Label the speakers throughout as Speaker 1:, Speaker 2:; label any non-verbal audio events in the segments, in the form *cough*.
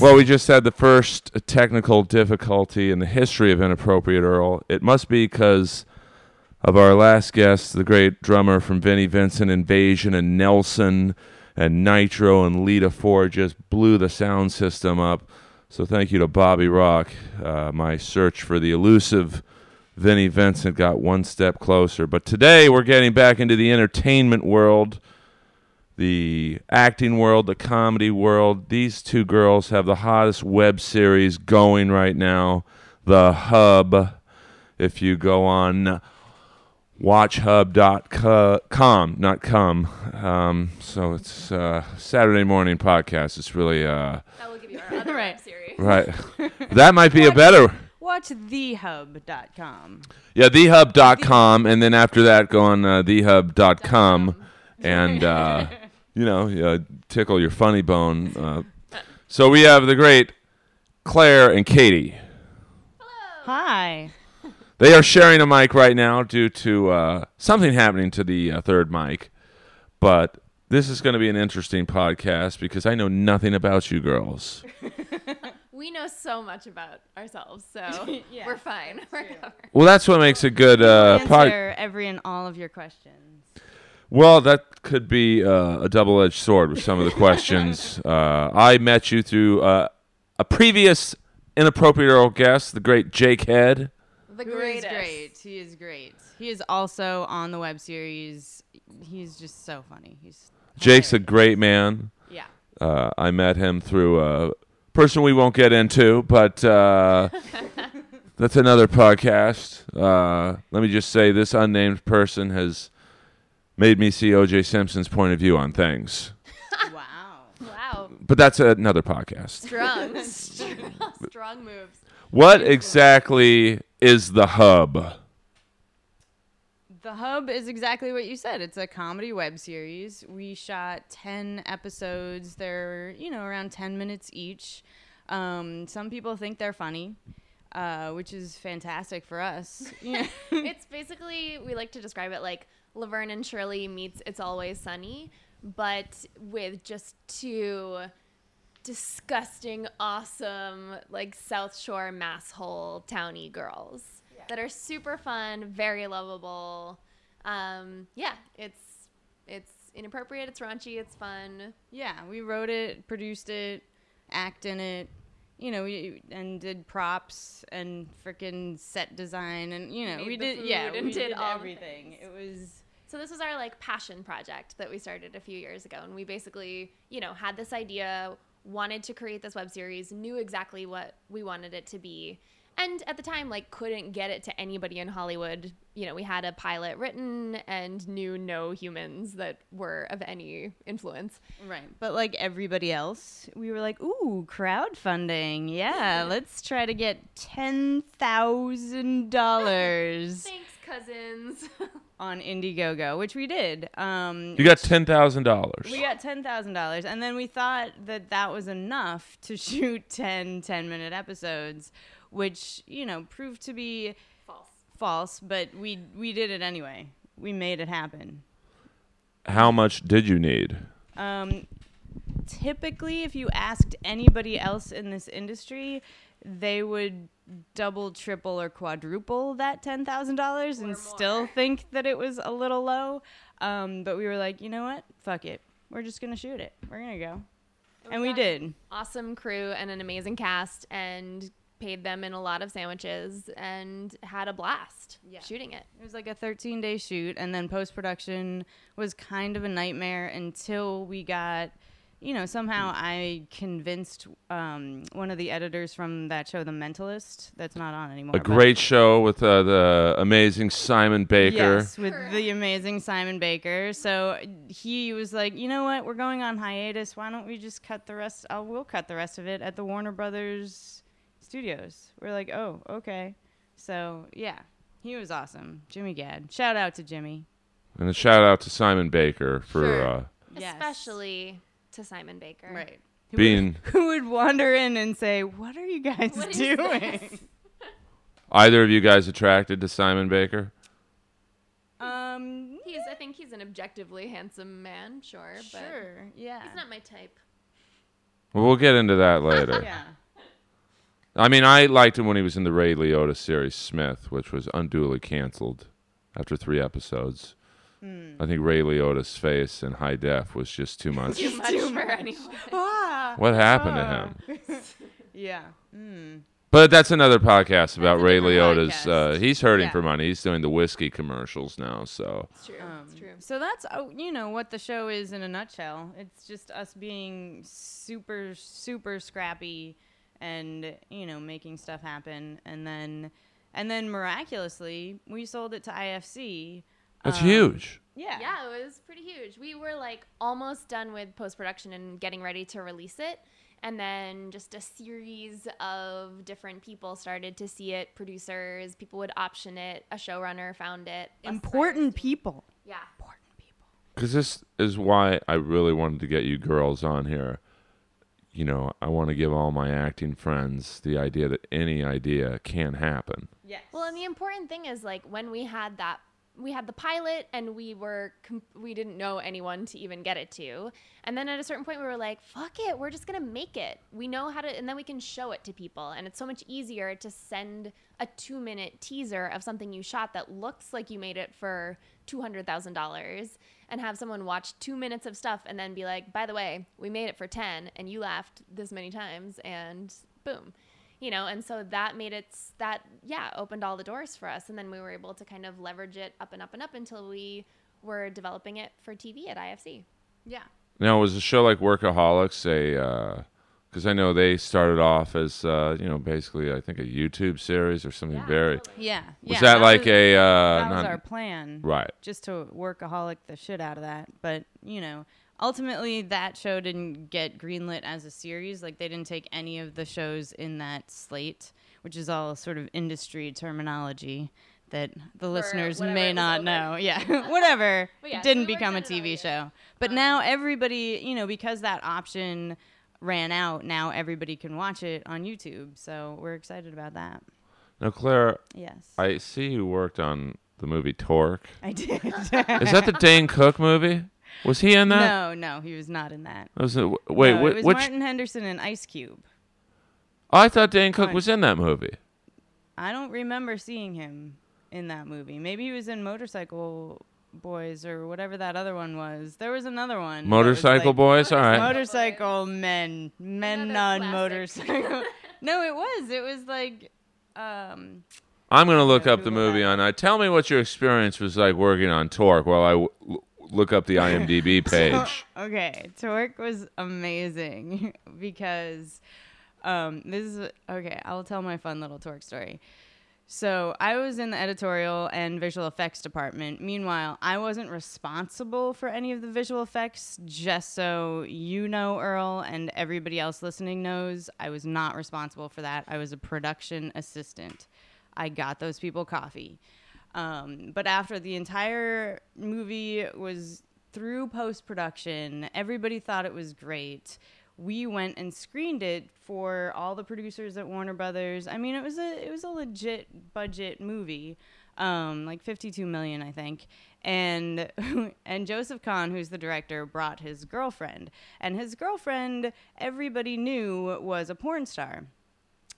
Speaker 1: Well, we just had the first technical difficulty in the history of Inappropriate Earl. It must be because of our last guest, the great drummer from Vinnie Vincent Invasion and Nelson and Nitro and Lita Ford just blew the sound system up. So thank you to Bobby Rock. Uh, my search for the elusive Vinnie Vincent got one step closer. But today we're getting back into the entertainment world the acting world, the comedy world. These two girls have the hottest web series going right now, The Hub. If you go on watchhub.com, not come. Um, so it's uh, Saturday morning podcast. It's really uh,
Speaker 2: That will give you *laughs* our other
Speaker 3: Right.
Speaker 2: web series.
Speaker 1: right. That might be a better.
Speaker 3: Watch thehub.com.
Speaker 1: Yeah, thehub.com, and then after that, go on uh, thehub.com and, uh, you know, uh, tickle your funny bone. Uh, so we have the great Claire and Katie.
Speaker 3: Hi.
Speaker 1: They are sharing a mic right now due to uh, something happening to the uh, third mic. But this is going to be an interesting podcast because I know nothing about you girls.
Speaker 2: We know so much about ourselves, so *laughs*
Speaker 3: Yeah,
Speaker 2: we're fine. We're covered.
Speaker 1: Well, that's what makes a good uh, podcast.
Speaker 3: Answer every and all of your questions.
Speaker 1: Well, that could be uh, a double edged sword with some of the questions. uh, I met you through uh, a previous inappropriate oral guest, the great Jake Head.
Speaker 2: The
Speaker 3: Who is
Speaker 2: greatest.
Speaker 3: great. He is great. He is also on the web series. He's just so funny. He's
Speaker 1: Jake's a great man.
Speaker 3: yeah.
Speaker 1: Uh, I met him through a person we won't get into, but uh, that's another podcast. Uh, let me just say this unnamed person has made me see OJ Simpson's point of view on things.
Speaker 3: Wow.
Speaker 2: Wow.
Speaker 1: But that's another podcast.
Speaker 2: Strong. *laughs* Strong moves.
Speaker 1: What exactly is the hub?
Speaker 3: The Hub is exactly what you said. It's a comedy web series. We shot 10 episodes. They're, you know, around 10 minutes each. Um, some people think they're funny, uh, which is fantastic for us. *laughs* Yeah.
Speaker 2: It's basically, we like to describe it like Laverne and Shirley meets It's Always Sunny, but with just two disgusting, awesome, like South Shore masshole townie girls that are super fun, very lovable. Um, yeah, it's it's inappropriate, it's raunchy, it's fun.
Speaker 3: yeah, we wrote it, produced it, act in it, you know, we, and did props and freaking set design and, you know,
Speaker 2: Made
Speaker 3: we
Speaker 2: the
Speaker 3: did, yeah,
Speaker 2: food and
Speaker 3: we
Speaker 2: did
Speaker 3: did,
Speaker 2: all the things.
Speaker 3: everything. It was.
Speaker 2: So this was our like passion project that we started a few years ago, and we basically, you know, had this idea, wanted to create this web series, knew exactly what we wanted it to be, and at the time, like, couldn't get it to anybody in Hollywood. You know, we had a pilot written and knew no humans that were of any influence.
Speaker 3: Right. But like everybody else, we were like, ooh,
Speaker 2: *laughs*
Speaker 3: crowdfunding. Yeah, let's try to get
Speaker 2: *laughs*
Speaker 3: $10,000
Speaker 2: Thanks, cousins. *laughs*
Speaker 3: on Indiegogo, which we did. Um,
Speaker 1: You got ten thousand dollars.
Speaker 3: we got $10,000. And then we thought that that was enough to *laughs* shoot 10 10 minute episodes, which, you know, proved to be
Speaker 2: False.
Speaker 3: false, but we, we did it anyway. We made it happen.
Speaker 1: How much did you need?
Speaker 3: Um, typically, if you asked anybody else in this industry, they would double, triple, or quadruple that ten thousand dollars and still think that it was a little low. Um, but we were like, you know what? Fuck it. We're just gonna shoot it. We're gonna go, and we
Speaker 2: got-
Speaker 3: did.
Speaker 2: awesome crew and an amazing cast and paid them in a lot of sandwiches and had a blast shooting it.
Speaker 3: It was like a 13 day shoot, and then post production was kind of a nightmare until we got, you know, somehow
Speaker 1: Hmm.
Speaker 3: I convinced um, one of the editors from that show, The Mentalist, that's not on anymore.
Speaker 1: A
Speaker 3: but-
Speaker 1: great show with uh, the amazing Simon Baker.
Speaker 3: Yes, with the amazing Simon Baker. So he was like, you know what? We're going on hiatus. Why don't we just cut the rest? Uh, we'll cut the rest of it at the Warner Brothers studios. We're like, oh, okay. So yeah, he was awesome. Jimmy Gadd. Shout out to Jimmy.
Speaker 1: And a shout out to Simon Baker for
Speaker 3: Sure.
Speaker 1: uh,
Speaker 3: Yes.
Speaker 2: Especially to Simon Baker.
Speaker 3: Right.
Speaker 1: being
Speaker 3: Who would *laughs* wander in and say, what are you guys
Speaker 2: What is
Speaker 3: doing?
Speaker 1: either of you guys attracted to Simon Baker.
Speaker 3: *laughs* Um,
Speaker 2: He's I think he's an objectively handsome man, sure, but
Speaker 3: sure. Yeah.
Speaker 2: he's not my type.
Speaker 1: We'll get into that later.
Speaker 3: *laughs* Yeah.
Speaker 2: *laughs*
Speaker 1: I mean, I liked him when he was in the Ray Liotta series Smith, which was unduly canceled after three episodes.
Speaker 3: Hmm.
Speaker 1: I think Ray Liotta's face in high def was just too
Speaker 3: *laughs*
Speaker 1: much.
Speaker 2: Too much for anyone.
Speaker 3: Ah.
Speaker 1: what happened to him?
Speaker 3: *laughs* Yeah. Mm,
Speaker 1: But that's another podcast about
Speaker 2: That's a
Speaker 1: Ray
Speaker 2: different
Speaker 1: Liotta's.
Speaker 2: podcast.
Speaker 1: Uh, he's hurting
Speaker 3: Yeah.
Speaker 1: for money. He's doing the whiskey commercials now. So
Speaker 2: It's true. it's true.
Speaker 3: So that's uh, you know what the show is in a nutshell. It's just us being super super scrappy and you know making stuff happen and then and then miraculously we sold it to IFC.
Speaker 1: that's
Speaker 3: Oh.
Speaker 1: huge.
Speaker 3: Um, Yeah.
Speaker 2: Yeah, it was pretty huge. We were like almost done with post production and getting ready to release it. And then just a series of different people started to see it producers, people would option it, a showrunner found it. us
Speaker 3: Important
Speaker 2: writers.
Speaker 3: people.
Speaker 2: Yeah.
Speaker 3: Important people.
Speaker 1: Because this is why I really wanted to get you girls on here. You know, I want to give all my acting friends the idea that any idea can happen.
Speaker 3: Yes.
Speaker 2: Well, and the important thing is like when we had that we had the pilot and we were com- we didn't know anyone to even get it to. And then at a certain point we were like, fuck it, we're just going to make it. We know how to and then we can show it to people and it's so much easier to send a 2-minute teaser of something you shot that looks like you made it for $200,000 and have someone watch 2 minutes of stuff and then be like, by the way, we made it for 10 and you laughed this many times and boom you know and so that made it s- that yeah opened all the doors for us and then we were able to kind of leverage it up and up and up until we were developing it for tv at ifc
Speaker 3: yeah.
Speaker 1: Now, was a show like Workaholics a? Because I know they started off as uh, you know basically I think a YouTube series or something
Speaker 2: Yeah,
Speaker 1: very.
Speaker 2: totally.
Speaker 3: Yeah.
Speaker 1: Was that, like
Speaker 3: was-
Speaker 1: a? Uh,
Speaker 3: That was
Speaker 1: not-
Speaker 3: our plan.
Speaker 1: right.
Speaker 3: just to workaholic the shit out of that. But you know, ultimately that show didn't get greenlit as a series. Like they didn't take any of the shows in that slate, which is all sort of industry terminology that the listeners
Speaker 2: whatever it
Speaker 3: may
Speaker 2: was
Speaker 3: not
Speaker 2: over. *laughs*
Speaker 3: know. Yeah, *laughs* whatever.
Speaker 2: But yeah,
Speaker 3: it
Speaker 2: so
Speaker 3: didn't
Speaker 2: we worked
Speaker 3: become a
Speaker 2: on it Um, all
Speaker 3: TV
Speaker 2: year.
Speaker 3: show. But now everybody, you know, because that option ran out, now everybody can watch it on YouTube. So we're excited about that.
Speaker 1: Now, Claire,
Speaker 3: Yes.
Speaker 1: I see you worked on the movie
Speaker 3: *laughs*
Speaker 1: Torque.
Speaker 3: I did.
Speaker 1: Is that the Dane Cook movie? Was he in that?
Speaker 3: *laughs* no, no, he was not in that.
Speaker 1: Was it, wait,
Speaker 3: No,
Speaker 1: whi-
Speaker 3: it was
Speaker 1: which?
Speaker 3: Martin Henderson and Ice Cube.
Speaker 1: I thought Dane Cook
Speaker 3: Martin.
Speaker 1: was in that movie.
Speaker 3: I don't remember seeing him in that movie. Maybe he was in Motorcycle Boys or whatever that other one was. There was another one. that was
Speaker 1: Motorcycle
Speaker 3: like
Speaker 1: Boys. All right.
Speaker 3: Motorcycle men, men
Speaker 2: Another
Speaker 3: on
Speaker 2: classic.
Speaker 3: motorcycle. *laughs* no, it was. It was like, um,
Speaker 1: I'm gonna look up the
Speaker 3: Google
Speaker 1: movie
Speaker 3: that.
Speaker 1: on. Uh, tell me what your experience was like working on Torque while I w- l- look
Speaker 3: *laughs*
Speaker 1: up the IMDb page.
Speaker 3: okay, Torque was amazing *laughs* because um, this is okay. I'll tell my fun little Torque story. So I was in the editorial and visual effects department. Meanwhile, I wasn't responsible for any of the visual effects, just so you know, Earl, and everybody else listening knows, I was not responsible for that. I was a production assistant. I got those people coffee. Um, but after the entire movie was through post production, everybody thought it was great we went and screened it for all the producers at Warner Brothers. I mean, it was a it was a legit budget movie, um, like fifty two million, I think. And *laughs* and Joseph Kahn, who's the director, brought his girlfriend, and his girlfriend everybody knew was a porn star.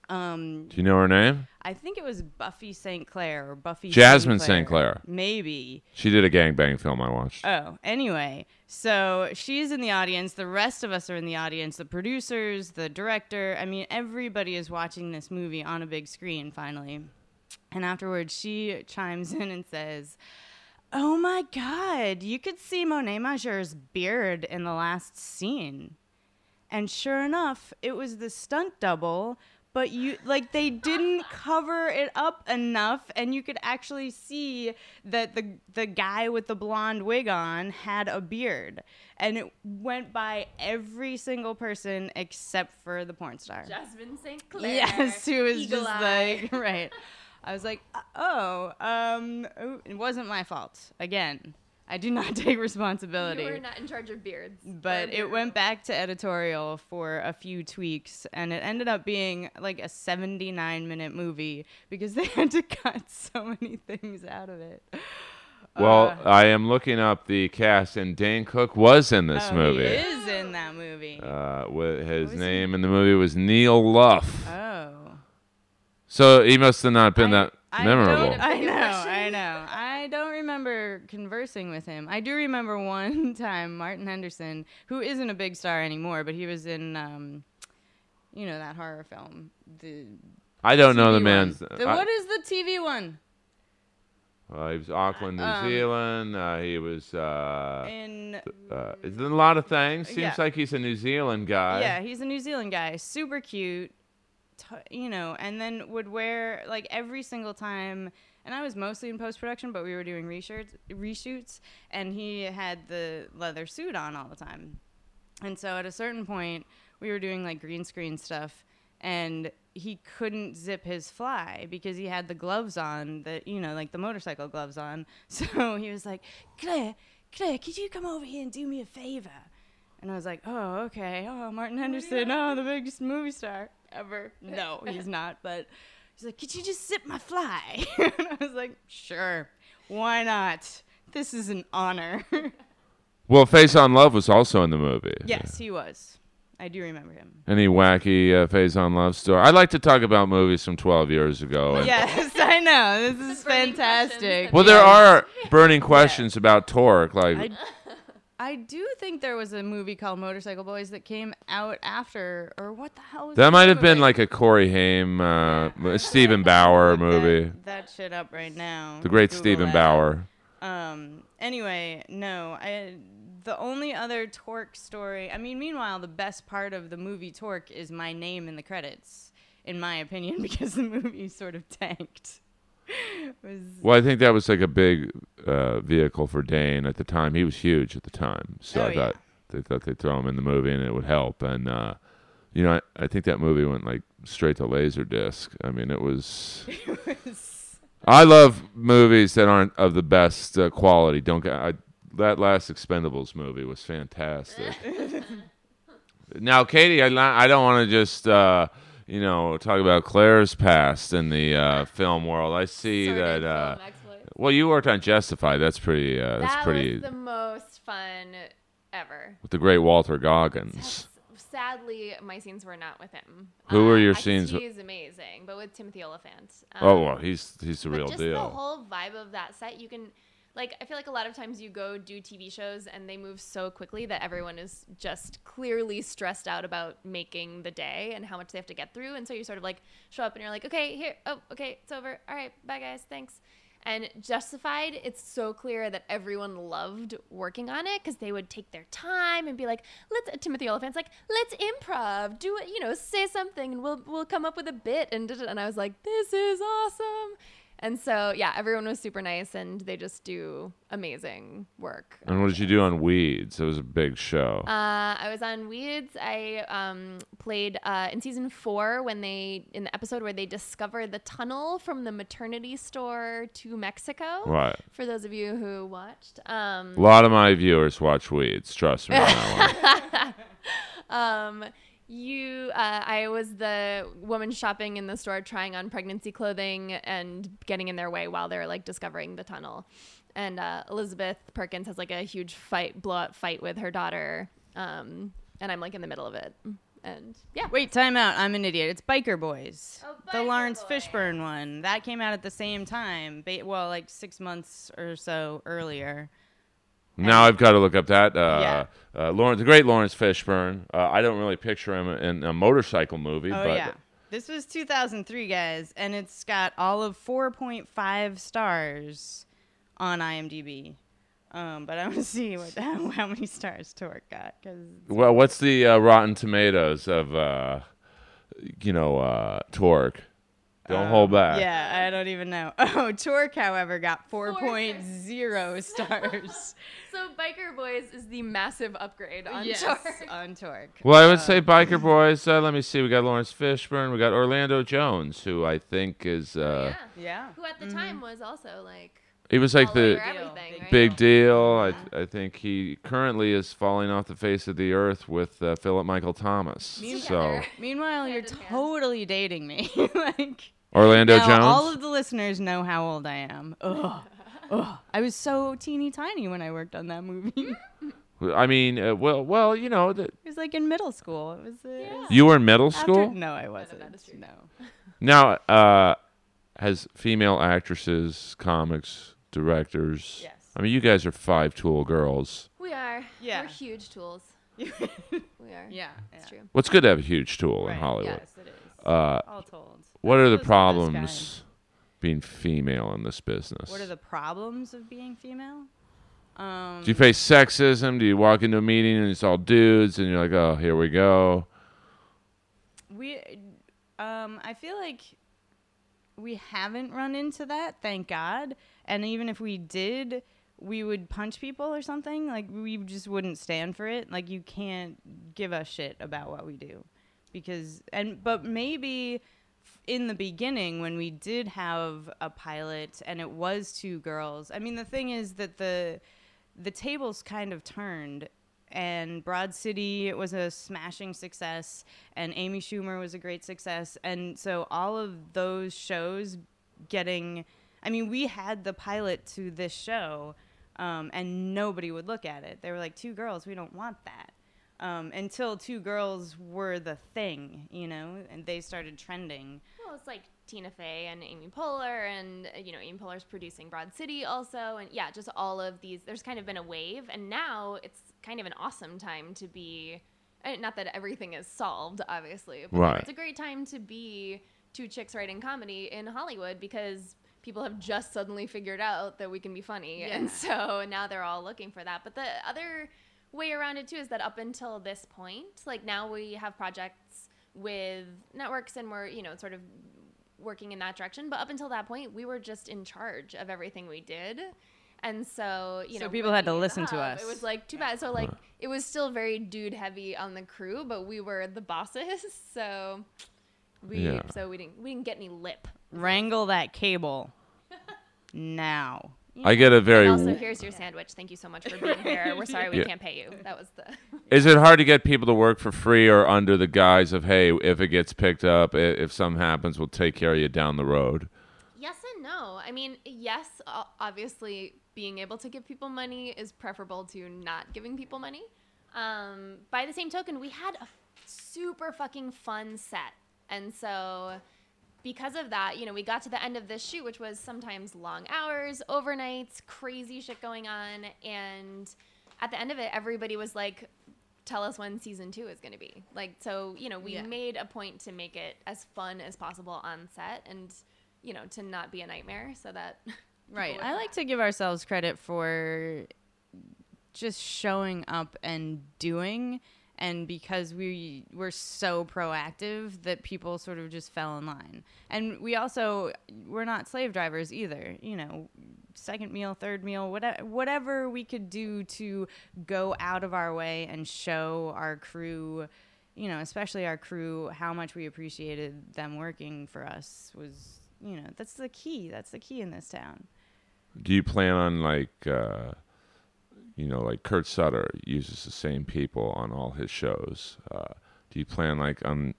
Speaker 3: Um,
Speaker 1: Do you know her name?
Speaker 3: I think it was Buffy St. Clair or Buffy
Speaker 1: Jasmine
Speaker 3: St.
Speaker 1: St. Clair.
Speaker 3: maybe.
Speaker 1: She did a gangbang film I watched.
Speaker 3: Oh, anyway, so she's in the audience. The rest of us are in the audience. The producers, the director. I mean, everybody is watching this movie on a big screen finally. And afterwards, she chimes in and says, Oh my God, you could see Monet Majer's beard in the last scene. And sure enough, it was the stunt double, but you like they didn't cover it up enough and you could actually see that the the guy with the blonde wig on had a beard and it went by every single person except for the porn star.
Speaker 2: jasmine st
Speaker 3: Yes, who was just
Speaker 2: *laughs*
Speaker 3: like *laughs* right. I was like, oh, um, oh, it wasn't my fault. Again, I do not *laughs* take responsibility
Speaker 2: you were not in charge of beards
Speaker 3: but it went back to editorial for a few tweaks and it ended up being like a *laughs* 79 minute movie because they had to cut so many things out of it
Speaker 1: Well, I am looking up the cast, and Dane Cook was in this
Speaker 3: Oh,
Speaker 1: movie.
Speaker 3: He is in that movie.
Speaker 1: Uh, wha- his
Speaker 3: was he?
Speaker 1: name in the movie was Neil Luff.
Speaker 3: oh.
Speaker 1: so he must have not been that
Speaker 3: I
Speaker 1: memorable.
Speaker 3: Don't, I know,
Speaker 2: Impression.
Speaker 3: I know. I don't remember conversing with him. I do remember *laughs* one time Martin Henderson, who isn't a big star anymore, but he was in, um, you know, that horror film. The
Speaker 1: I don't know
Speaker 3: TV
Speaker 1: the
Speaker 3: one.
Speaker 1: man's.
Speaker 3: The-
Speaker 1: I-
Speaker 3: what is the TV one
Speaker 1: uh, he was Auckland, New
Speaker 3: Um,
Speaker 1: Zealand. Uh, he was. Uh,
Speaker 3: in?
Speaker 1: uh, he's done a lot of things. Seems
Speaker 3: Yeah.
Speaker 1: like he's a New Zealand guy.
Speaker 3: yeah, he's a New Zealand guy, super cute, t- you know, and then would wear like every single time. And I was mostly in post production, but we were doing reshoots, reshoots, and he had the leather suit on all the time. And so at a certain point, we were doing like green screen stuff, and he couldn't zip his fly because he had the gloves on that you know, like the motorcycle gloves on. *laughs* So he was like, Claire, Claire, could you come over here and do me a favor? And I was like, oh, okay. Oh, Martin Henderson. Oh, the biggest movie star ever. No, he's not. But he's like, could you just zip my fly? *laughs* and I was like, sure. Why not? This is an honor. *laughs*
Speaker 1: Well, Face on Love was also in the movie.
Speaker 3: yes, he was. I do remember him.
Speaker 1: Any wacky uh, Face on Love story? I'd like to talk about movies from 12 years ago. *laughs* and-
Speaker 3: Yes, I know. This is
Speaker 2: burning questions
Speaker 3: fantastic.
Speaker 2: that
Speaker 1: Well, there
Speaker 3: *laughs*
Speaker 1: are burning questions about Torque. Like,
Speaker 3: I, I do think there was a movie called Motorcycle Boys that came out after, or what the hell was
Speaker 1: That
Speaker 3: the
Speaker 1: might
Speaker 3: name
Speaker 1: have
Speaker 3: of
Speaker 1: been
Speaker 3: it?
Speaker 1: like a Corey Haim, uh, Stephen Bauer
Speaker 3: Look *laughs* that-
Speaker 1: movie.
Speaker 3: That, shit up right now.
Speaker 1: The great
Speaker 3: Google
Speaker 1: Stephen
Speaker 3: that.
Speaker 1: Bauer.
Speaker 3: Um. Anyway, no. I the only other Torque story. I mean, meanwhile, the best part of the movie Torque is my name in the credits, in my opinion, *laughs* because the movie sort of tanked. *laughs* It was
Speaker 1: Well, I think that was like a big uh, vehicle for Dane at the time. He was huge at the time, so
Speaker 3: Oh,
Speaker 1: I
Speaker 3: yeah.
Speaker 1: thought they thought they'd throw him in the movie and it would help. And uh, you know, I, I think that movie went like straight to Laserdisc. I mean, it
Speaker 3: *laughs*
Speaker 1: was. I love movies that aren't of the best uh, quality. Don't get I, that last Expendables movie was fantastic.
Speaker 3: *laughs*
Speaker 1: now, Katie, I, li- I don't want to just uh, you know talk about Claire's past in the uh, film world. I see that. Uh, well, you worked on Justify. That's pretty. Uh, that's
Speaker 2: that
Speaker 1: pretty.
Speaker 2: was the most fun ever.
Speaker 1: with the great Walter Goggins.
Speaker 2: Sadly, my scenes were not with him. Uh,
Speaker 1: Who were your
Speaker 2: I-
Speaker 1: scenes with-
Speaker 2: He's amazing, but with Timothy Oliphant. Um,
Speaker 1: Oh well, he's he's the
Speaker 2: but
Speaker 1: real
Speaker 2: just
Speaker 1: deal.
Speaker 2: the whole vibe of that set, you can. Like I feel like a lot of times you go do TV shows and they move so quickly that everyone is just clearly stressed out about making the day and how much they have to get through, and so you sort of like show up and you're like, okay, here, oh, okay, it's over, all right, bye guys, thanks. And Justified, it's so clear that everyone loved working on it because they would take their time and be like, let's Timothy Oliphant's like, let's improv, do it, you know, say something, and we'll we'll come up with a bit. And da- da- da. and I was like, this is awesome. And so yeah, everyone was super nice, and they just do amazing work.
Speaker 1: and what did you do on Weeds? It was a big show.
Speaker 2: Uh, I was on Weeds. I um, played uh, in season four when they in the episode where they discover the tunnel from the maternity store to Mexico.
Speaker 1: right.
Speaker 2: For those of you who watched, um,
Speaker 1: A lot of my viewers watch Weeds. Trust me on that
Speaker 2: *laughs*
Speaker 1: one.
Speaker 2: um, you, uh, I was the woman shopping in the store, trying on pregnancy clothing and getting in their way while they're like discovering the tunnel. And uh, Elizabeth Perkins has like a huge fight, blow up fight with her daughter, um, and I'm like in the middle of it. And yeah,
Speaker 3: Wait, time out. I'm an idiot. It's Biker Boys.
Speaker 2: Oh,
Speaker 3: the
Speaker 2: Biker
Speaker 3: Lawrence
Speaker 2: Boys.
Speaker 3: Fishburne one. That came out at the same time. Ba- well, like six months or so earlier.
Speaker 1: Now I've got to look up that
Speaker 3: Yeah.
Speaker 1: uh, uh, Lawrence, the great Lawrence Fishburne. Uh, I don't really picture him in a motorcycle movie,
Speaker 3: Oh,
Speaker 1: but
Speaker 3: yeah. This was 2003, guys, and it's got all of 4.5 stars on IMDb. Um, but I want to *laughs* see what how many stars Torque got. Cause
Speaker 1: well, what's the uh, Rotten Tomatoes of uh, you know uh, Torque? Don't
Speaker 2: Oh,
Speaker 1: hold back.
Speaker 3: yeah, I don't even know. *laughs* Oh, Torque, however, got
Speaker 2: *laughs*
Speaker 3: 4.0 stars.
Speaker 2: so Biker Boys is the massive upgrade on
Speaker 3: yes,
Speaker 2: Tor.
Speaker 3: on Torque.
Speaker 1: Well, I would say
Speaker 3: Um,
Speaker 1: Biker Boys. Uh, let me see. We got Lawrence Fishburne. We got Orlando Jones, who I think is uh,
Speaker 2: *laughs* yeah.
Speaker 3: Yeah.
Speaker 2: Who at the time was also like
Speaker 1: he was like
Speaker 2: all
Speaker 1: the
Speaker 2: over everything,
Speaker 3: mm-hmm. Big
Speaker 1: big
Speaker 2: right?
Speaker 1: deal. I, I think he currently is falling off the face of the earth with uh, Philip Michael Thomas.
Speaker 3: *laughs*
Speaker 1: So
Speaker 2: Together.
Speaker 3: Meanwhile, you're
Speaker 2: Hand in hand.
Speaker 3: totally dating me. *laughs* like
Speaker 1: Orlando
Speaker 3: now
Speaker 1: Jones.
Speaker 3: *laughs* all of the listeners know how old I am. Ugh. Ugh, I was so teeny tiny when I worked on that *laughs* movie. it
Speaker 1: I mean, uh, well, well, you know,
Speaker 3: *laughs*
Speaker 1: the,
Speaker 3: was like in middle school. It was, uh, it
Speaker 2: Yeah.
Speaker 3: was
Speaker 1: you were in middle
Speaker 3: after-
Speaker 1: school.
Speaker 3: No, I wasn't.
Speaker 2: that is true.
Speaker 3: No.
Speaker 1: Now, uh, as female actresses, comics, directors,
Speaker 3: Yes.
Speaker 1: I mean, you guys are five tool girls.
Speaker 2: We are.
Speaker 3: Yeah.
Speaker 2: We're huge
Speaker 3: *laughs*
Speaker 2: tools. We are.
Speaker 3: yeah.
Speaker 2: It's
Speaker 3: yeah.
Speaker 2: true.
Speaker 1: Well, it's good to have a huge tool
Speaker 3: Right,
Speaker 1: in Hollywood.
Speaker 3: Yes, it is.
Speaker 1: Uh,
Speaker 3: All told.
Speaker 1: what are the
Speaker 3: Those are the best
Speaker 1: problems being female in this business?
Speaker 3: What are the problems of being female? Um,
Speaker 1: Do you face sexism? Do you walk into a meeting and it's all dudes and you're like, oh, here we go?
Speaker 3: we, um, I feel like we haven't run into that, thank God. And even if we did, we would punch people or something. Like we just wouldn't stand for it. Like you can't give a shit about what we do, because and but maybe f- in the beginning when we did have a pilot and it was two girls. I mean, the thing is that the the tables kind of turned and Broad City was a smashing success and Amy Schumer was a great success and so all of those shows getting I mean we had the pilot to this show um, and nobody would look at it they were like two girls we don't want that um, until two girls were the thing you know and they started trending
Speaker 2: Well, it's like Tina Fey and Amy Poehler, and uh, you know, Amy Poehler's producing Broad City also, and yeah, just all of these. There's kind of been a wave, and now it's kind of an awesome time to be. eh, Not that everything is solved, obviously, but like,
Speaker 1: Right.
Speaker 2: it's a great time to be two chicks writing comedy in Hollywood because people have just suddenly figured out that we can be funny, and so now they're all looking for that. But the other way around it too is that up until this point, like now we have projects with networks and we're you know sort of working in that direction. But up until that point, we were just in charge of everything we did. And so, you
Speaker 3: So
Speaker 2: know,
Speaker 3: people had to
Speaker 2: bringing it
Speaker 3: listen to
Speaker 2: up,
Speaker 3: us.
Speaker 2: It was like too bad. So like it was still very dude heavy on the crew, but we were the bosses. *laughs* So we
Speaker 1: Yeah.
Speaker 2: so we didn't we didn't get any lip.
Speaker 3: wrangle that cable *laughs* now
Speaker 1: I get a very.
Speaker 2: Also, here's your sandwich. Thank you so much for *laughs* being here. We're sorry we
Speaker 1: Yeah.
Speaker 2: can't pay you. That was the *laughs*
Speaker 1: Is it hard to get people to work for free or under the guise of, hey, if it gets picked up, i- if something happens, we'll take care of you down the road?
Speaker 2: Yes and no. I mean, yes, o- obviously being able to give people money is preferable to not giving people money. Um, by the same token, we had a super fucking fun set. And so because of that, you know, we got to the end of this shoot, which was sometimes long hours, overnights, crazy shit going on. And at the end of it, everybody was like, tell us when season two is going to be. Like, so, you know, we
Speaker 3: Yeah.
Speaker 2: made a point to make it as fun as possible on set and, you know, to not be a nightmare. So that, *laughs*
Speaker 3: Right. I like to give ourselves credit for just showing up and doing and because we were so proactive that people sort of just fell in line. And we also we're not slave drivers either, you know, second meal, third meal, whatever whatever we could do to go out of our way and show our crew you know, especially our crew, how much we appreciated them working for us was, you know, that's the key. That's the key in this town.
Speaker 1: Do you plan on like, uh, you know, like Kurt Sutter uses the same people on all his shows? Uh, do you plan like on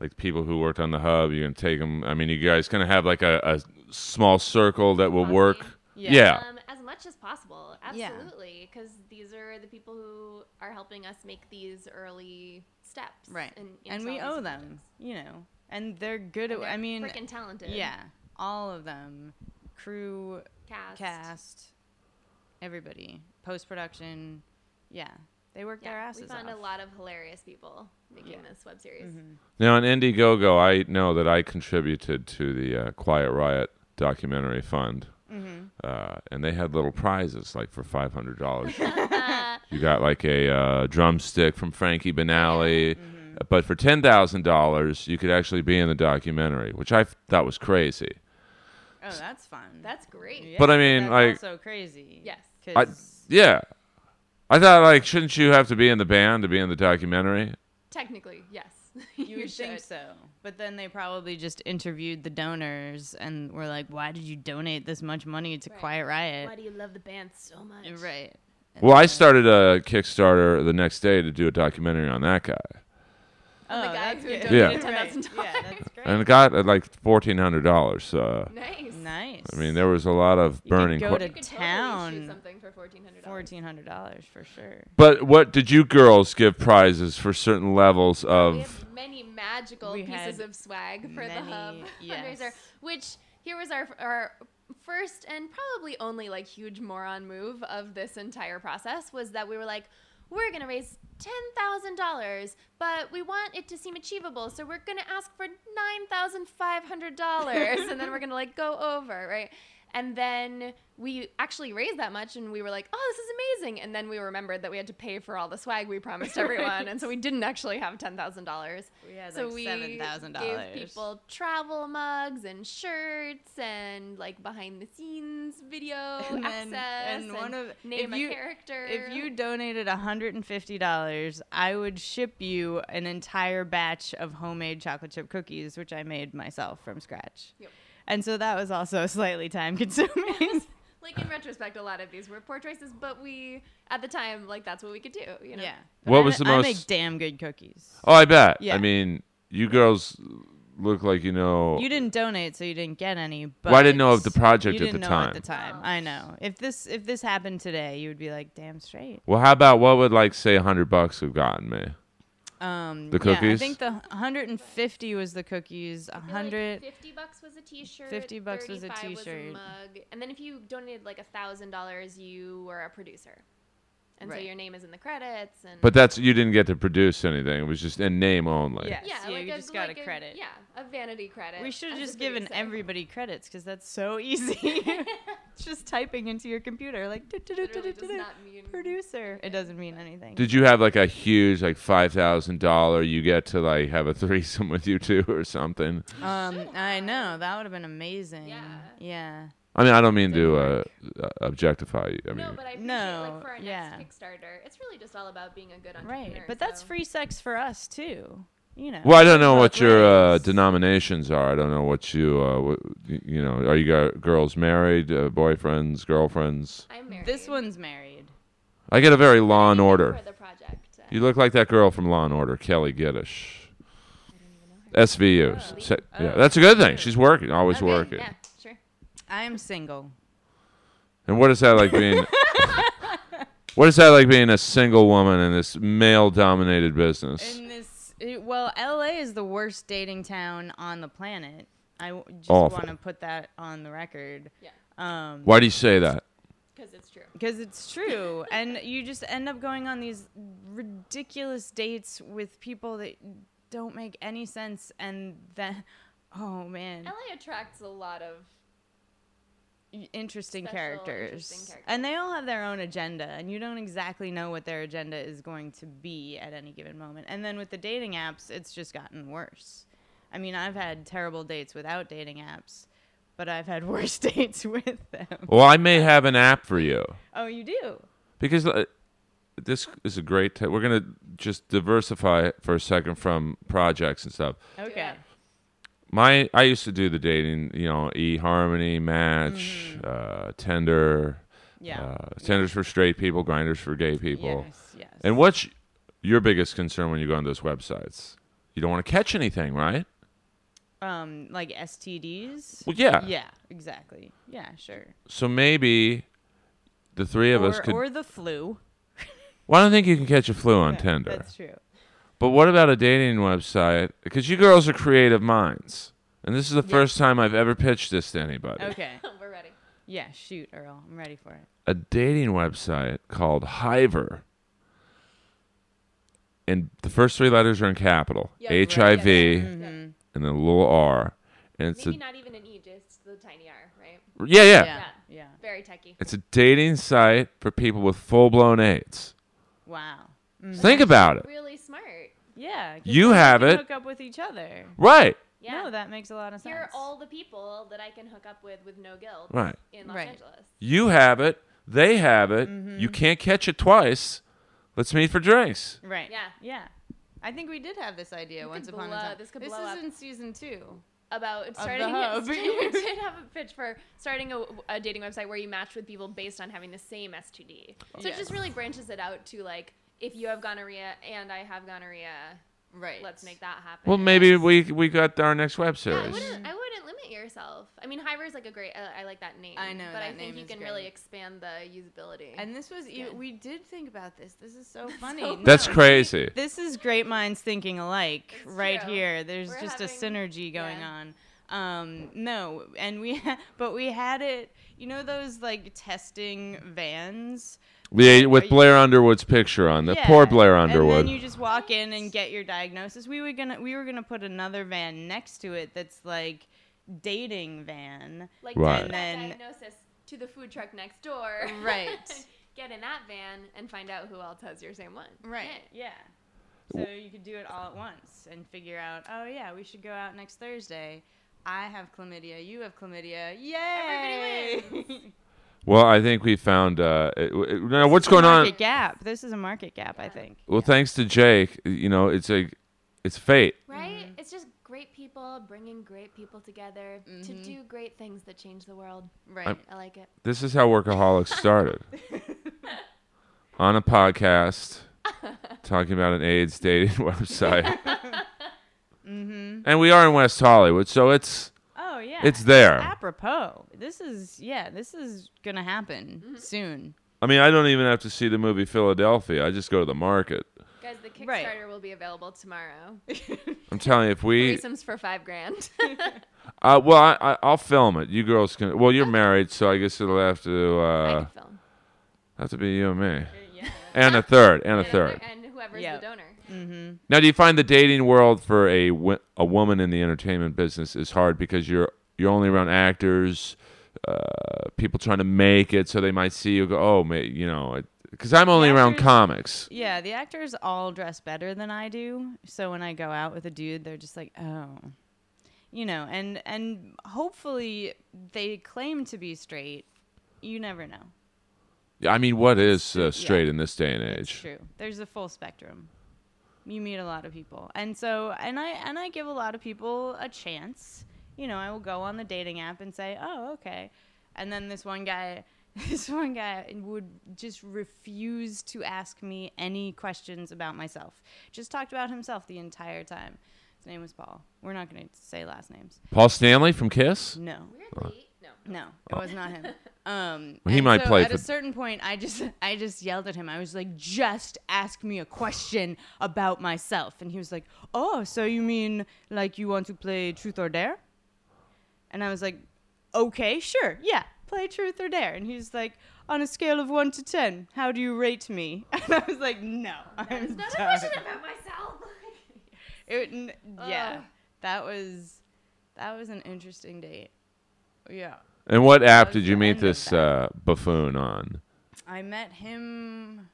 Speaker 1: like people who worked on the hub? You're gonna take them. I mean, you guys gonna have like a, a small circle that will
Speaker 2: Posse.
Speaker 1: work.
Speaker 3: Yeah.
Speaker 1: yeah.
Speaker 2: um, as much as possible.
Speaker 3: Yeah.
Speaker 2: Absolutely. Because these are the people who are helping us make these early steps.
Speaker 3: right
Speaker 2: in- into
Speaker 3: and
Speaker 2: all
Speaker 3: we
Speaker 2: these
Speaker 3: owe
Speaker 2: new
Speaker 3: them
Speaker 2: projects.
Speaker 3: you know and they're good
Speaker 2: And
Speaker 3: at i
Speaker 2: they're
Speaker 3: mean
Speaker 2: freaking talented.
Speaker 3: yeah all of them crew
Speaker 2: Cast.
Speaker 3: cast everybody post-production yeah they work their
Speaker 2: Yeah,
Speaker 3: asses
Speaker 2: we found
Speaker 3: off Mm-hmm.
Speaker 2: a lot of hilarious people making this web series.
Speaker 1: Now on Indiegogo, I know that I contributed to the uh, Quiet Riot documentary fund, uh, and they had little prizes like for five hundred dollars. you got like a uh, drumstick from Frankie Benali, but for ten thousand dollars, you could actually be in the documentary, which I f- thought was crazy.
Speaker 3: oh that's fun
Speaker 2: That's great.
Speaker 3: Yeah,
Speaker 1: But I mean,
Speaker 3: that's
Speaker 1: like-
Speaker 3: also crazy
Speaker 2: Yes.
Speaker 1: I,
Speaker 3: 'cause-
Speaker 1: yeah, I thought like, shouldn't you have to be in the band to be in the documentary?
Speaker 2: Technically, yes. *laughs*
Speaker 3: You would think so. But then they probably just interviewed the donors and were like, why did you donate this much money to
Speaker 2: Right.
Speaker 3: Quiet
Speaker 2: Why
Speaker 3: Riot?
Speaker 2: do you love the band so much?
Speaker 3: Right.
Speaker 1: Well, I started a Kickstarter the next day to do a documentary on that guy,
Speaker 2: Oh, the guy
Speaker 3: that's
Speaker 2: who
Speaker 3: good.
Speaker 2: donated
Speaker 1: Yeah.
Speaker 2: $10,000.
Speaker 3: Yeah, that's great.
Speaker 1: and it got uh, like fourteen hundred dollars. Uh,
Speaker 2: Nice.
Speaker 3: Nice.
Speaker 1: I mean, there was a lot of
Speaker 3: You could
Speaker 1: burning.
Speaker 3: go
Speaker 1: que-
Speaker 3: to
Speaker 2: You could
Speaker 3: Town.
Speaker 2: totally shoot something for fourteen hundred dollars.
Speaker 3: fourteen hundred dollars for sure.
Speaker 1: but what did you girls give prizes for certain levels
Speaker 2: We
Speaker 1: of?
Speaker 2: have many magical
Speaker 3: We
Speaker 2: pieces
Speaker 3: had
Speaker 2: of swag for the
Speaker 3: *laughs*
Speaker 2: hub
Speaker 3: many-
Speaker 2: fundraiser,
Speaker 3: yes.
Speaker 2: which here was our our first and probably only like huge moron move of this entire process was that we were like, we're gonna raise ten thousand dollars, but we want it to seem achievable, so we're gonna ask for nine thousand five hundred dollars, and then we're gonna like go over, right? And then we actually raised that much, and we were like, "Oh, this is amazing!" And then we remembered that we had to pay for all the swag we
Speaker 3: *laughs*
Speaker 2: promised everyone, and so we didn't actually have ten thousand dollars
Speaker 3: We had
Speaker 2: so
Speaker 3: like
Speaker 2: we
Speaker 3: seven thousand dollars.
Speaker 2: gave people travel mugs and shirts and like behind the scenes video
Speaker 3: *laughs* And
Speaker 2: access
Speaker 3: then- and one of-
Speaker 2: name
Speaker 3: if you-
Speaker 2: a character.
Speaker 3: If you donated $150, I would ship you an entire batch of homemade chocolate chip cookies, which I made myself from scratch.
Speaker 2: Yep.
Speaker 3: And so that was also *laughs* slightly time *laughs* consuming.
Speaker 2: like in retrospect, a lot of these were poor choices, but we at the time like that's what we could do. You know,
Speaker 3: yeah.
Speaker 1: What
Speaker 3: I
Speaker 1: was
Speaker 3: ma-
Speaker 1: the
Speaker 3: I make
Speaker 1: most-
Speaker 3: damn good cookies.
Speaker 1: Oh, I bet.
Speaker 3: Yeah.
Speaker 1: I mean, you girls look like you know.
Speaker 3: You didn't donate, so you didn't get any. But
Speaker 1: Well, I didn't know of the project
Speaker 3: you
Speaker 1: at the
Speaker 3: didn't know
Speaker 1: time.
Speaker 3: At the time,
Speaker 2: Oh.
Speaker 3: I know. If this if this happened today, you would be like, "Damn straight."
Speaker 1: well, how about what would like say a hundred bucks have gotten me?
Speaker 3: Um,
Speaker 1: The
Speaker 3: yeah, I
Speaker 1: cookies?
Speaker 3: think the 150 was the cookies.
Speaker 2: I feel
Speaker 3: 100.
Speaker 2: Like Fifty bucks was a T-shirt.
Speaker 3: 50 bucks was a
Speaker 2: 35
Speaker 3: t-shirt.
Speaker 2: mug, and then if you donated like a thousand dollars, you were a producer, and so
Speaker 3: Right.
Speaker 2: your name is in the credits. And
Speaker 1: But that's you didn't get to produce anything. It was just in name only.
Speaker 3: Yeah.
Speaker 2: yeah,
Speaker 3: you
Speaker 2: like
Speaker 3: just got a
Speaker 2: like
Speaker 3: credit.
Speaker 2: Yeah, a vanity credit.
Speaker 3: We should have
Speaker 2: as a
Speaker 3: just given
Speaker 2: producer.
Speaker 3: everybody credits because that's so easy. *laughs* It's just typing into your computer, like "Do, do, do, do,
Speaker 2: *laughs*
Speaker 3: *laughs*
Speaker 2: Literally
Speaker 3: do,
Speaker 2: does
Speaker 3: do,
Speaker 2: not mean
Speaker 3: producer. It doesn't mean anything.
Speaker 1: Did you have like a huge like five thousand dollar? You get to like have a *laughs* threesome with you two or something.
Speaker 3: Um, I
Speaker 2: have.
Speaker 3: know that would have been amazing.
Speaker 2: Yeah.
Speaker 3: Yeah.
Speaker 1: I mean, I don't mean to uh,
Speaker 3: Didn't
Speaker 1: uh, objectify. you. I mean,
Speaker 2: no, but I appreciate
Speaker 3: No,
Speaker 2: like for our next
Speaker 3: yeah.
Speaker 2: Kickstarter, it's really just all about being a good entrepreneur.
Speaker 3: Right. But that's
Speaker 2: so-
Speaker 3: free sex for us too. You know.
Speaker 1: well, I don't know
Speaker 3: both
Speaker 1: what your uh,
Speaker 3: ways.
Speaker 1: denominations are. I don't know what you, uh, what, you know, are you gu- girls married, uh, boyfriends, girlfriends?
Speaker 2: I'm married.
Speaker 3: This one's married.
Speaker 1: I get a very Law and Order.
Speaker 2: For the project. Uh,
Speaker 1: You look like that girl from Law and Order, Kelly Giddish. SVU.
Speaker 2: Oh.
Speaker 1: Se- yeah,
Speaker 3: Oh,
Speaker 1: that's a good thing.
Speaker 3: sure.
Speaker 1: She's working, always
Speaker 3: Okay,
Speaker 1: working.
Speaker 2: Yeah, sure.
Speaker 3: I am single.
Speaker 1: And what is that like
Speaker 3: *laughs*
Speaker 1: being? what is that like being a single woman in this male-dominated business?
Speaker 3: In this, it- well, LA is the worst dating town on the planet. I w- just
Speaker 1: Awful.
Speaker 3: want to put that on the record.
Speaker 2: Yeah,
Speaker 3: Um,
Speaker 1: Why do you say that?
Speaker 2: because it's true.
Speaker 3: because it's true and you just end up going on these ridiculous dates with people that don't make any sense and then oh man
Speaker 2: LA attracts a lot of.
Speaker 3: interesting
Speaker 2: Special,
Speaker 3: characters.
Speaker 2: interesting characters.
Speaker 3: and they all have their own agenda and you don't exactly know what their agenda is going to be at any given moment and then with the dating apps it's just gotten worse i mean i've had terrible dates without dating apps but i've had *laughs* worse dates with them
Speaker 1: Well, I may have an app for you
Speaker 3: oh you do
Speaker 1: because uh, this is a great. T- we're gonna just diversify for a second from projects and stuff.
Speaker 3: okay
Speaker 1: My I used to do the dating, you know, eHarmony, Match, uh, Tinder,
Speaker 3: Mm-hmm. yeah
Speaker 1: uh, Tinder's for straight people, Grinders for gay people.
Speaker 3: yes yes
Speaker 1: And what's your biggest concern when you go on those websites? You don't want to catch anything, right?
Speaker 3: um like STDs.
Speaker 1: Well, yeah.
Speaker 3: Yeah, exactly. Yeah, sure.
Speaker 1: So maybe the three of us
Speaker 3: Or,
Speaker 1: could.
Speaker 3: or the flu.
Speaker 1: well, I don't think you can catch a flu on
Speaker 3: Yeah,
Speaker 1: Tinder.
Speaker 3: That's true.
Speaker 1: But what about a dating website? Because you girls are creative minds. And this is the first time I've ever pitched this to anybody.
Speaker 2: Oh.
Speaker 3: Okay.
Speaker 2: *laughs* We're ready.
Speaker 3: Yeah, shoot, Earl. I'm ready for it.
Speaker 1: A dating website called Hiver. And the first three letters are in capital
Speaker 2: Yeah, Mm-hmm. you're right.
Speaker 1: H I V
Speaker 2: Yeah, yeah,
Speaker 3: Mm-hmm.
Speaker 2: yeah.
Speaker 1: and then a little R. And it's
Speaker 2: Maybe
Speaker 1: a
Speaker 2: not even an E, just the tiny R, right?
Speaker 1: yeah, yeah,
Speaker 3: Yeah. Yeah.
Speaker 2: Very techie.
Speaker 1: It's a dating site for people with full blown AIDS.
Speaker 3: Wow. Mm.
Speaker 1: Think about it.
Speaker 2: Really smart.
Speaker 3: Yeah. 'cause
Speaker 1: You
Speaker 3: then we
Speaker 1: have
Speaker 3: can
Speaker 1: it.
Speaker 3: Hook up with each other.
Speaker 1: Right.
Speaker 2: Yeah.
Speaker 3: No, that makes a lot of sense.
Speaker 2: Here are all the people that I can hook up with with no guilt.
Speaker 1: Right.
Speaker 2: In Los
Speaker 3: Right.
Speaker 2: Angeles.
Speaker 1: You have it. They have it.
Speaker 2: Mm-hmm.
Speaker 1: You can't catch it twice. Let's meet for drinks.
Speaker 3: right.
Speaker 2: Yeah.
Speaker 3: Yeah. I think we did have this idea once
Speaker 2: could
Speaker 3: upon
Speaker 2: blow-
Speaker 3: a time.
Speaker 2: this could blow
Speaker 3: is
Speaker 2: up.
Speaker 3: in season two.
Speaker 2: about *laughs* starting.
Speaker 3: hub. *laughs*
Speaker 2: we did have a pitch for starting a, a dating website where you match with people based on having the same STD. So
Speaker 3: Yes.
Speaker 2: it just really branches it out to like if you have gonorrhea and I have gonorrhea,
Speaker 3: Right.
Speaker 2: let's make that happen.
Speaker 1: Well, maybe we we got our next web
Speaker 2: Yeah, I
Speaker 1: series.
Speaker 2: wouldn't. I wouldn't limit yourself. I mean, Hiver is like a great. Uh, I like that name.
Speaker 3: I know,
Speaker 2: but
Speaker 3: that
Speaker 2: I think
Speaker 3: name
Speaker 2: you
Speaker 3: is
Speaker 2: can really
Speaker 3: great.
Speaker 2: expand the usability.
Speaker 3: And this was you,
Speaker 2: Good.
Speaker 3: we did think about this. This is *laughs* so funny.
Speaker 2: So
Speaker 3: No,
Speaker 1: That's crazy.
Speaker 3: This is great minds thinking alike
Speaker 2: It's
Speaker 3: right
Speaker 2: true.
Speaker 3: here. There's
Speaker 2: We're
Speaker 3: just a
Speaker 2: having-
Speaker 3: synergy going
Speaker 2: yeah.
Speaker 3: on. Um, no, and we *laughs* ha- but we had it. You know those like testing vans.
Speaker 1: Yeah, with Blair Underwood's picture on the poor
Speaker 3: Yeah,
Speaker 1: Blair Underwood.
Speaker 3: And then you just walk in and get your diagnosis. We were gonna we were gonna put another van next to it that's like dating van.
Speaker 2: like
Speaker 1: Right.
Speaker 2: take
Speaker 1: And
Speaker 2: that
Speaker 3: then-
Speaker 2: diagnosis to the food truck next door.
Speaker 3: Right.
Speaker 2: *laughs* Get in that van and find out who else has your same one. Yeah.
Speaker 3: Yeah. So you could do it all at once and figure out, oh yeah, we should go out next Thursday. I have chlamydia. You have chlamydia. Yay!
Speaker 2: Everybody
Speaker 3: *laughs*
Speaker 1: well, I think we found. Uh, it- it- now, what's going on?
Speaker 3: Market gap. This is a market gap, I think.
Speaker 1: Well, thanks to Jake, you know, it's a, it's fate.
Speaker 2: Right?
Speaker 3: Mm-hmm.
Speaker 2: It's just great people bringing great people together to
Speaker 3: Mm-hmm.
Speaker 2: do great things that change the world.
Speaker 3: Right.
Speaker 2: I like it.
Speaker 1: This is how workaholics
Speaker 3: *laughs*
Speaker 1: started. on a podcast, talking about an AIDS dating *laughs* website.
Speaker 3: *laughs* Mm-hmm.
Speaker 1: And we are in West Hollywood, so it's
Speaker 3: oh yeah.
Speaker 1: it's there.
Speaker 3: apropos. This is yeah. This is gonna happen soon. *laughs*
Speaker 1: I mean, I don't even have to see the movie Philadelphia. I just go to the market.
Speaker 2: Guys, the Kickstarter
Speaker 3: Right.
Speaker 2: will be available tomorrow.
Speaker 1: I'm telling you, if we
Speaker 2: Threesomes for five grand. *laughs*
Speaker 1: Uh, well, I, I, I'll film it. You girls can. Well, you're married, so I guess it'll have to
Speaker 2: I
Speaker 1: uh,
Speaker 2: can film.
Speaker 1: have to be you and me,
Speaker 3: Yeah.
Speaker 1: and a third, and a
Speaker 2: And other-
Speaker 1: third.
Speaker 2: And whoever's
Speaker 3: Yep.
Speaker 2: the donor.
Speaker 3: Mm-hmm.
Speaker 1: Now, do you find the dating world for a wo- a woman in the entertainment business is hard because you're you're only around actors, uh, people trying to make it, so they might see you go, oh, ma- you know, because I'm only around
Speaker 3: actors-
Speaker 1: comics.
Speaker 3: Yeah, the actors all dress better than I do. So when I go out with a dude, they're just like, "Oh." You know, and and hopefully they claim to be straight. You never know.
Speaker 1: I mean, what is
Speaker 3: Yeah.
Speaker 1: uh, straight in this day and
Speaker 3: It's
Speaker 1: age?
Speaker 3: true. There's a full spectrum. You meet a lot of people. And so and I and I give a lot of people a chance. You know, I will go on the dating app and say, "Oh, okay." And then this one guy *laughs* this one guy would just refuse to ask me any questions about myself. Just talked about himself the entire time. His name was Paul. We're not going to say last names.
Speaker 1: Paul Stanley from Kiss.
Speaker 3: No.
Speaker 2: Weirdly, no.
Speaker 3: No, it was
Speaker 2: *laughs*
Speaker 3: not him. Um,
Speaker 1: Well, he
Speaker 3: and
Speaker 1: might
Speaker 3: so
Speaker 1: play
Speaker 3: At
Speaker 1: for-
Speaker 3: a certain point, I just I just yelled at him. I was like, "Just ask me a question about myself." And he was like, "Oh, so you mean like you want to play Truth or Dare?" And I was like, "Okay, sure, yeah, play Truth or Dare." And he's like, "On a scale of one to ten, how do you rate me?" *laughs* And I was like, "No, I'm
Speaker 2: Not a
Speaker 3: done."
Speaker 2: question about myself. *laughs*
Speaker 3: It, n- yeah,
Speaker 2: Ugh.
Speaker 3: that was that was an interesting date. Yeah.
Speaker 1: And what app
Speaker 3: was
Speaker 1: did
Speaker 3: the
Speaker 1: you
Speaker 3: end
Speaker 1: meet
Speaker 3: of
Speaker 1: this
Speaker 3: that.
Speaker 1: uh, buffoon on?
Speaker 3: I met him,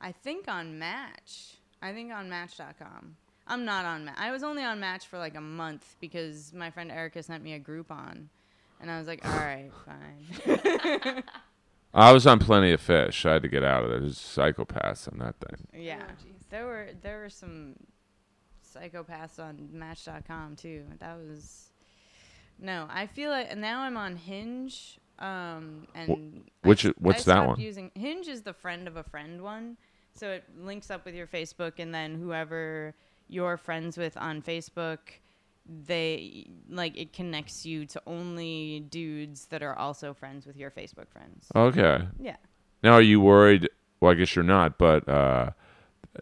Speaker 3: I think on Match. I think on Match.com. I'm not on Match. I was only on Match for like a month because my friend Erica sent me a Groupon. And I was like, all right, fine.
Speaker 1: I was on Plenty of Fish. I had to get out of there. There's psychopaths on that thing.
Speaker 3: yeah.
Speaker 2: Oh, jeez.
Speaker 3: there were there were some psychopaths on Match.com too. That was no. I feel like now I'm on Hinge. Um, and I
Speaker 1: which-
Speaker 3: s-
Speaker 1: what's
Speaker 3: I
Speaker 1: that
Speaker 3: stopped
Speaker 1: one?
Speaker 3: Using Hinge is the friend of a friend one, so it links up with your Facebook, and then whoever you're friends with on Facebook, they like it connects you to only dudes that are also friends with your Facebook friends.
Speaker 1: Oh. Okay.
Speaker 3: Yeah.
Speaker 1: Now, are you worried? Well, I guess you're not, but uh,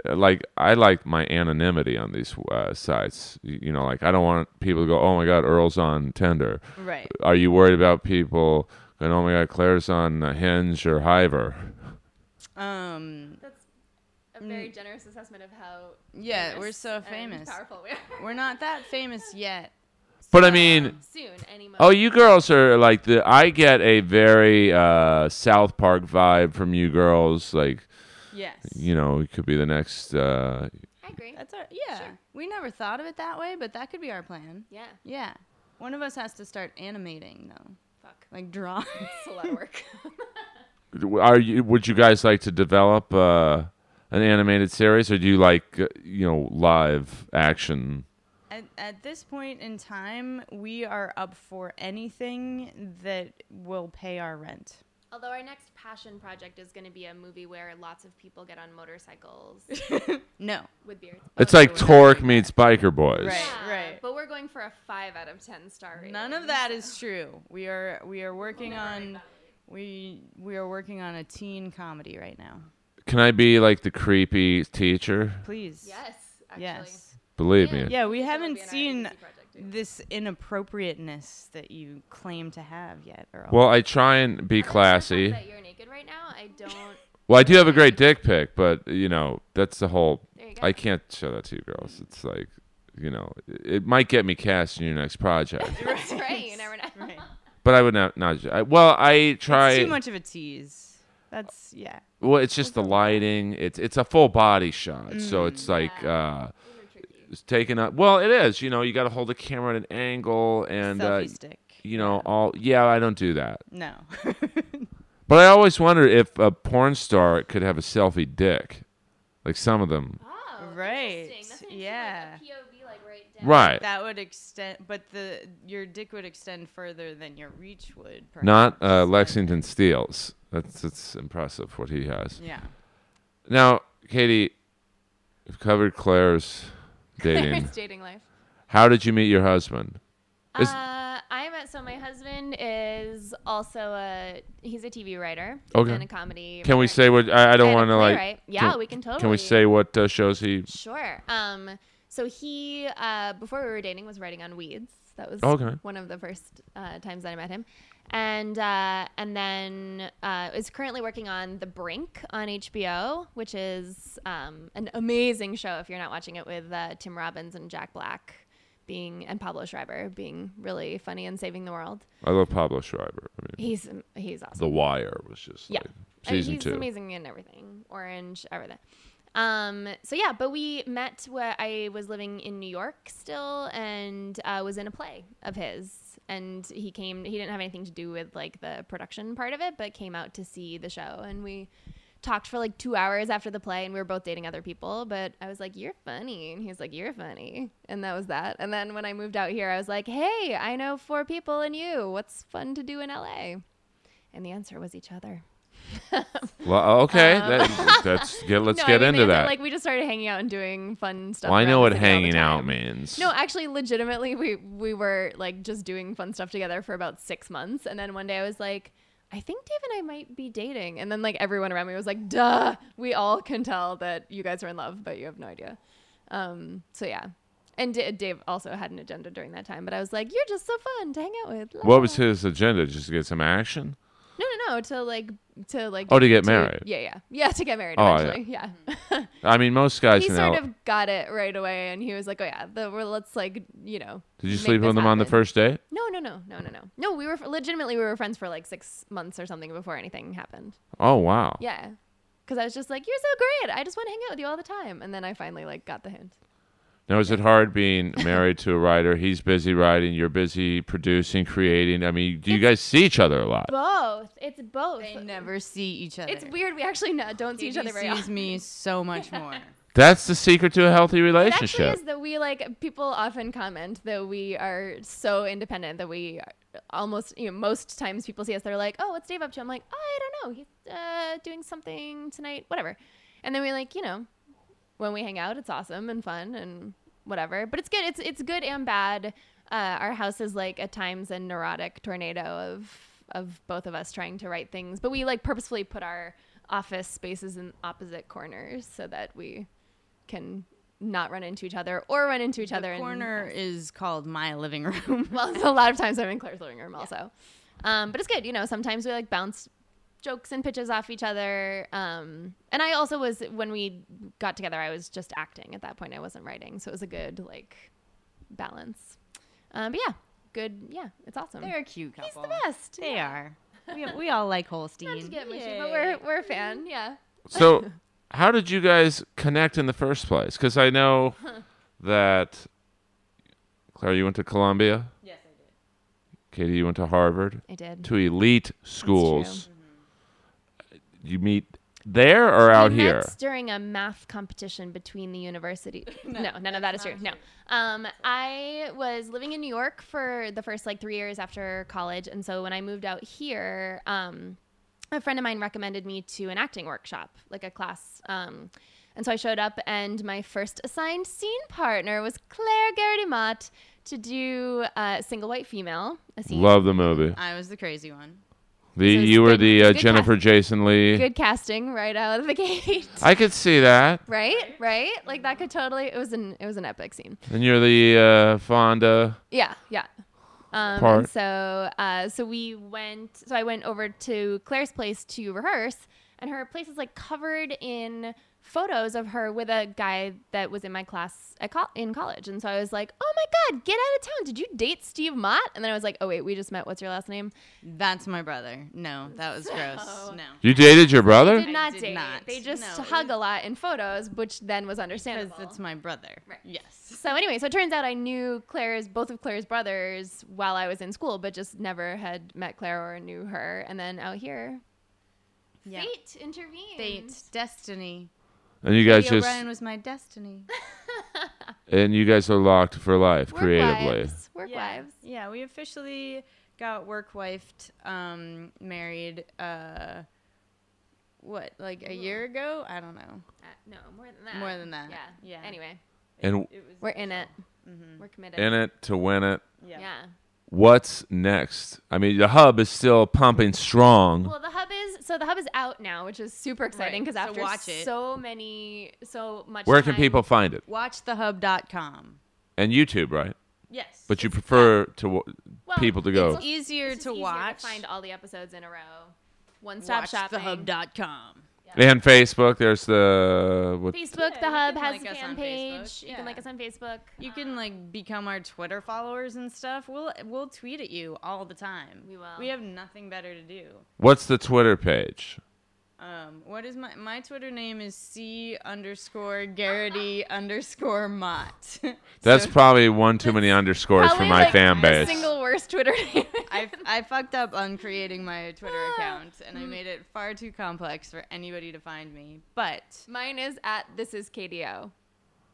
Speaker 1: like I like my anonymity on these uh, sites. You, you know, like I don't want people to go, "Oh my God, Earl's on Tinder."
Speaker 3: Right.
Speaker 1: Are you worried about people going, "Oh my God, Claire's on uh, Hinge or Hiver"?
Speaker 3: Um.
Speaker 2: That's a very generous assessment of how.
Speaker 3: Mm. Yeah,
Speaker 2: famous
Speaker 3: we're so
Speaker 2: and
Speaker 3: famous.
Speaker 2: powerful we are.
Speaker 3: We're not that famous yet.
Speaker 1: But I mean,
Speaker 2: *laughs* Soon, any moment.
Speaker 1: oh, you girls are like the. I get a very uh, South Park vibe from you girls. Like
Speaker 3: Yes.
Speaker 1: you know, it could be the next. Uh,
Speaker 2: I agree.
Speaker 3: That's our yeah.
Speaker 2: Sure.
Speaker 3: We never thought of it that way, but that could be our plan.
Speaker 2: Yeah.
Speaker 3: Yeah. One of us has to start animating though.
Speaker 2: Fuck.
Speaker 3: Like drawing. *laughs*
Speaker 2: It's a lot of work. *laughs*
Speaker 1: are you would you guys like to develop uh an animated series or do you like uh, you know live action
Speaker 3: at, at this point in time, we are up for anything that will pay our rent.
Speaker 2: Although our next passion project is going to be a movie where lots of people get on
Speaker 3: *laughs*
Speaker 2: motorcycles
Speaker 3: No.
Speaker 2: with beards.
Speaker 1: It's
Speaker 3: Oh,
Speaker 1: like
Speaker 3: we're not
Speaker 1: Torque meets Biker Boys.
Speaker 3: Right.
Speaker 2: Yeah, But we're going for a five out of ten star rating.
Speaker 3: None of that is true. We are we are working on we we are working on a teen comedy right now.
Speaker 1: Can I be like the creepy teacher?
Speaker 3: Please.
Speaker 2: *laughs* Yes, actually.
Speaker 3: Yes.
Speaker 1: Believe me.
Speaker 3: Yeah, we
Speaker 2: That would
Speaker 3: haven't
Speaker 2: be an
Speaker 3: seen
Speaker 2: IABC project, too.
Speaker 3: this inappropriateness that you claim to have yet, Earl.
Speaker 1: Well, I try and be
Speaker 2: Other than the fact
Speaker 1: classy.
Speaker 2: That you're naked right now. I don't.
Speaker 1: Well, I do have a great dick pic, but you know that's the whole.
Speaker 2: There you go.
Speaker 1: I can't show that to you girls. It's like, you know, it might get me cast in your next project,
Speaker 2: *laughs* That's right. You never know.
Speaker 1: *laughs*
Speaker 3: right.
Speaker 1: but I would not. not I, well, I try.
Speaker 3: It's too much of a tease. That's yeah.
Speaker 1: Well, it's just the lighting. It's it's a full body shot, so it's like uh, it's taken up. Well, it is. You know, you got to hold the camera at an angle, and
Speaker 3: Selfie
Speaker 1: uh,
Speaker 3: stick.
Speaker 1: you know, all. Yeah, I don't do that.
Speaker 3: No.
Speaker 1: But I always wonder if a porn star could have a selfie dick, like some of them.
Speaker 2: Oh,
Speaker 3: Right,
Speaker 2: interesting. That's actually,
Speaker 3: yeah.
Speaker 2: Like a POV, like right
Speaker 1: *laughs*
Speaker 2: down.
Speaker 1: Right.
Speaker 3: that would extend but the your dick would extend further than your reach would perhaps.
Speaker 1: Not uh, Lexington Steels. That's that's impressive what he has.
Speaker 3: Yeah.
Speaker 1: Now, Katie, we've covered Claire's dating.
Speaker 2: *laughs* There's dating life.
Speaker 1: How did you meet your husband? Is-
Speaker 2: uh, I met so my husband is also a he's a TV writer
Speaker 1: Okay.
Speaker 2: and a comedy.
Speaker 1: Can we
Speaker 2: writer.
Speaker 1: say what? I, I don't want to like.
Speaker 2: Playwright. Yeah,
Speaker 1: can-
Speaker 2: we can totally.
Speaker 1: Can we say what uh, shows he?
Speaker 2: Sure. Um. So he, uh, before we were dating, was writing on Weeds. That was
Speaker 1: Okay.
Speaker 2: one of the first uh, times that I met him, and uh, and then uh, is currently working on The Brink on HBO, which is um, an amazing show. If you're not watching it, with uh, Tim Robbins and Jack Black being and Pablo Schreiber being really funny and saving the world.
Speaker 1: I love Pablo Schreiber. I mean,
Speaker 2: He's he's awesome.
Speaker 1: The Wire was just
Speaker 2: Yeah.
Speaker 1: like
Speaker 2: Uh,
Speaker 1: season
Speaker 2: he's
Speaker 1: two.
Speaker 2: amazing in everything. Orange, everything. Um, so yeah, but we met where I was living in New York still and uh, was in a play of his. And he came, he didn't have anything to do with like the production part of it, but came out to see the show. And we talked for like two hours after the play and we were both dating other people. But I was like, You're funny. And he was like, You're funny. And that was that. And then when I moved out here, I was like, Hey, I know four people and you. What's fun to do in LA? And the answer was each other.
Speaker 1: Well, oh, okay, that, that's get. Let's
Speaker 2: Um, *laughs* No, I
Speaker 1: get
Speaker 2: mean,
Speaker 1: into
Speaker 2: they-
Speaker 1: that.
Speaker 2: Like we just started hanging out and doing fun stuff.
Speaker 1: well, I know
Speaker 2: around
Speaker 1: what
Speaker 2: the city all the
Speaker 1: hanging out
Speaker 2: time.
Speaker 1: means.
Speaker 2: No, actually, legitimately, we we were like just doing fun stuff together for about six months, and then one day I was like, I think Dave and I might be dating, and then like everyone around me was like, Duh, we all can tell that you guys are in love, but you have no idea. Um, so yeah. And D- Dave also had an agenda during that time, but I was like, "You're just so fun to hang out with." la, la,
Speaker 1: what was
Speaker 2: la."
Speaker 1: his agenda? Just to get some action.
Speaker 2: No, no, no. To like, to like.
Speaker 1: Oh, to get married.
Speaker 2: Yeah, yeah, yeah. To get married.
Speaker 1: Oh, yeah.
Speaker 2: eventually. yeah.
Speaker 1: I mean, most guys
Speaker 2: he
Speaker 1: in
Speaker 2: sort
Speaker 1: L-
Speaker 2: of got it right away, and he was like, "Oh yeah, the, well, let's like you know."
Speaker 1: Did you
Speaker 2: make
Speaker 1: sleep
Speaker 2: this
Speaker 1: with him on the
Speaker 2: happen."
Speaker 1: first date?
Speaker 2: No, no, no, no, no, no, no. We were legitimately we were friends for like six months or something before anything happened.
Speaker 1: Oh wow.
Speaker 2: Yeah, because I was just like, "You're so great. I just want to hang out with you all the time." And then I finally like got the hint.
Speaker 1: Now is it hard being married to a writer? He's busy writing, you're busy producing, creating. I mean, do you guys see each other a lot?
Speaker 2: Both. It's both.
Speaker 3: They never see each other.
Speaker 2: It's weird. We actually no, don't see each other very
Speaker 3: sees
Speaker 2: often.
Speaker 3: me so much *laughs* more.
Speaker 1: That's the secret to a healthy
Speaker 2: It actually
Speaker 1: relationship.
Speaker 2: is that we like people often comment that we are so independent that we are- almost you know most times people see us they're like oh what's Dave up to I'm like I don't know he's uh, doing something tonight whatever and then we like you know when we hang out it's awesome and fun and whatever but it's good it's it's good and bad uh, our house is like at times a neurotic tornado of of both of us trying to write things but we like purposefully put our office spaces in opposite corners so that we can not run into each other or run into each other
Speaker 3: the
Speaker 2: in-
Speaker 3: corner is called my living room.
Speaker 2: *laughs* well a lot of times i'm in claire's living room also um, but it's good you know sometimes we like bounce jokes and pitches off each other um, and i also was when we got together i was just acting at that point i wasn't writing so it was a good like balance um, but yeah good yeah it's awesome
Speaker 3: *laughs* They're a cute couple.
Speaker 2: the best
Speaker 3: They are. We, we all like Holstein.
Speaker 2: Not to get mushy, but we're, we're a fan yeah
Speaker 1: so, how did you guys connect in the first place? Cuz I know that Claire you went to Columbia?
Speaker 3: Yes, I
Speaker 1: Katie you went to Harvard?
Speaker 2: i did
Speaker 1: To elite schools. Mm-hmm. You meet there or out
Speaker 2: we
Speaker 1: here?
Speaker 2: Met during a math competition between the university. no, none of that is true. No. Um, I was living in New York for the first like three years after college. And so when I moved out here, um, a friend of mine recommended me to an acting workshop, like a class. Um, and so I showed up, and my first assigned scene partner was Claire Garrity Mott to do uh, single white female. A scene.
Speaker 4: Love the movie.
Speaker 3: I was the crazy one.
Speaker 4: The
Speaker 2: So it's
Speaker 4: you were
Speaker 2: good-
Speaker 4: the uh,
Speaker 2: good
Speaker 4: Jennifer
Speaker 2: cast.
Speaker 4: Jason Lee.
Speaker 2: Good casting right out of
Speaker 1: *laughs*
Speaker 2: the *laughs* gate.
Speaker 4: I could see that.
Speaker 2: right, right. Like that could totally. It was an it was an epic scene.
Speaker 4: And you're the uh, Fonda.
Speaker 2: Yeah, yeah. Um,
Speaker 4: Part.
Speaker 2: and so, uh, so we went. So I went over to Claire's place to rehearse, and her place is like covered in photos of her with a guy that was in my class at col- in college. And so I was like, "Oh my god, get out of town! Did you date Steve Mott?" And then I was like, "Oh wait, we just met. What's your last name?"
Speaker 3: That's my brother. No, that *laughs* was gross. No.
Speaker 4: You dated your brother?
Speaker 2: Did not
Speaker 3: did
Speaker 2: date.
Speaker 3: not.
Speaker 2: They just
Speaker 3: No, it
Speaker 2: hug
Speaker 3: was-
Speaker 2: a lot in photos, which then was understandable.
Speaker 3: Because it's my brother.
Speaker 2: Right.
Speaker 3: Yes.
Speaker 2: so anyway, so it turns out I knew Claire's both of Claire's brothers while I was in school, but just never had met Claire or knew her. And then out here,
Speaker 3: Yeah.
Speaker 2: fate intervened.
Speaker 3: Fate. Destiny.
Speaker 4: And you guys
Speaker 3: Leo
Speaker 4: just
Speaker 3: Ryan was my destiny.
Speaker 4: and you guys are locked for life
Speaker 2: Work
Speaker 4: creatively.
Speaker 2: wives. Work
Speaker 3: yeah.
Speaker 2: wives.
Speaker 3: Yeah, we officially got work wifed, um, married, uh, what, like a
Speaker 2: Hmm.
Speaker 3: year ago? I don't know.
Speaker 2: Uh, no, more than that.
Speaker 3: More than that.
Speaker 2: Yeah.
Speaker 3: Yeah. Mm-hmm.
Speaker 2: Anyway,
Speaker 1: And
Speaker 3: It was
Speaker 2: we're in it. We're committed.
Speaker 1: in it to win it.
Speaker 2: Yeah.
Speaker 1: What's next? I mean, the hub is still pumping strong.
Speaker 2: Well, the hub is so the hub is out now, which is super exciting
Speaker 3: Right,
Speaker 2: because
Speaker 3: so
Speaker 2: after
Speaker 3: watch it.
Speaker 2: so many, so much.
Speaker 1: Where can
Speaker 2: time-
Speaker 1: people find it?
Speaker 3: Watchthehub.com.
Speaker 1: And YouTube, right?
Speaker 3: Yes.
Speaker 1: But you prefer to w-
Speaker 2: Well,
Speaker 1: people to
Speaker 2: it's
Speaker 1: go.
Speaker 2: just
Speaker 3: easier
Speaker 2: it's just
Speaker 3: to
Speaker 2: easier
Speaker 3: watch.
Speaker 2: find all the episodes in a row. One stop shopping.
Speaker 3: Watchthehub.com.
Speaker 1: and Facebook. There's the what,
Speaker 2: Facebook,
Speaker 3: Yeah,
Speaker 2: the
Speaker 3: you
Speaker 2: hub
Speaker 3: can
Speaker 2: has
Speaker 3: like
Speaker 2: a
Speaker 3: us
Speaker 2: fan
Speaker 3: on
Speaker 2: page.
Speaker 3: Facebook,
Speaker 2: You can like
Speaker 3: yeah.
Speaker 2: us on Facebook.
Speaker 3: You
Speaker 2: Ah.
Speaker 3: can like become our Twitter followers and stuff. We'll we'll tweet at you all the time.
Speaker 2: We will.
Speaker 3: We have nothing better to do.
Speaker 1: what's the Twitter page?
Speaker 3: Um, what is my my Twitter name is C underscore Garrity underscore Mott. *laughs*
Speaker 1: That's probably one too many underscores for
Speaker 2: Probably,
Speaker 1: my
Speaker 2: like,
Speaker 1: fan
Speaker 2: the
Speaker 1: base.
Speaker 2: Single worst Twitter name.
Speaker 3: I, I fucked up on creating my Twitter account and I made it far too complex for anybody to find me. But
Speaker 2: *laughs* Mine is at this is KDO.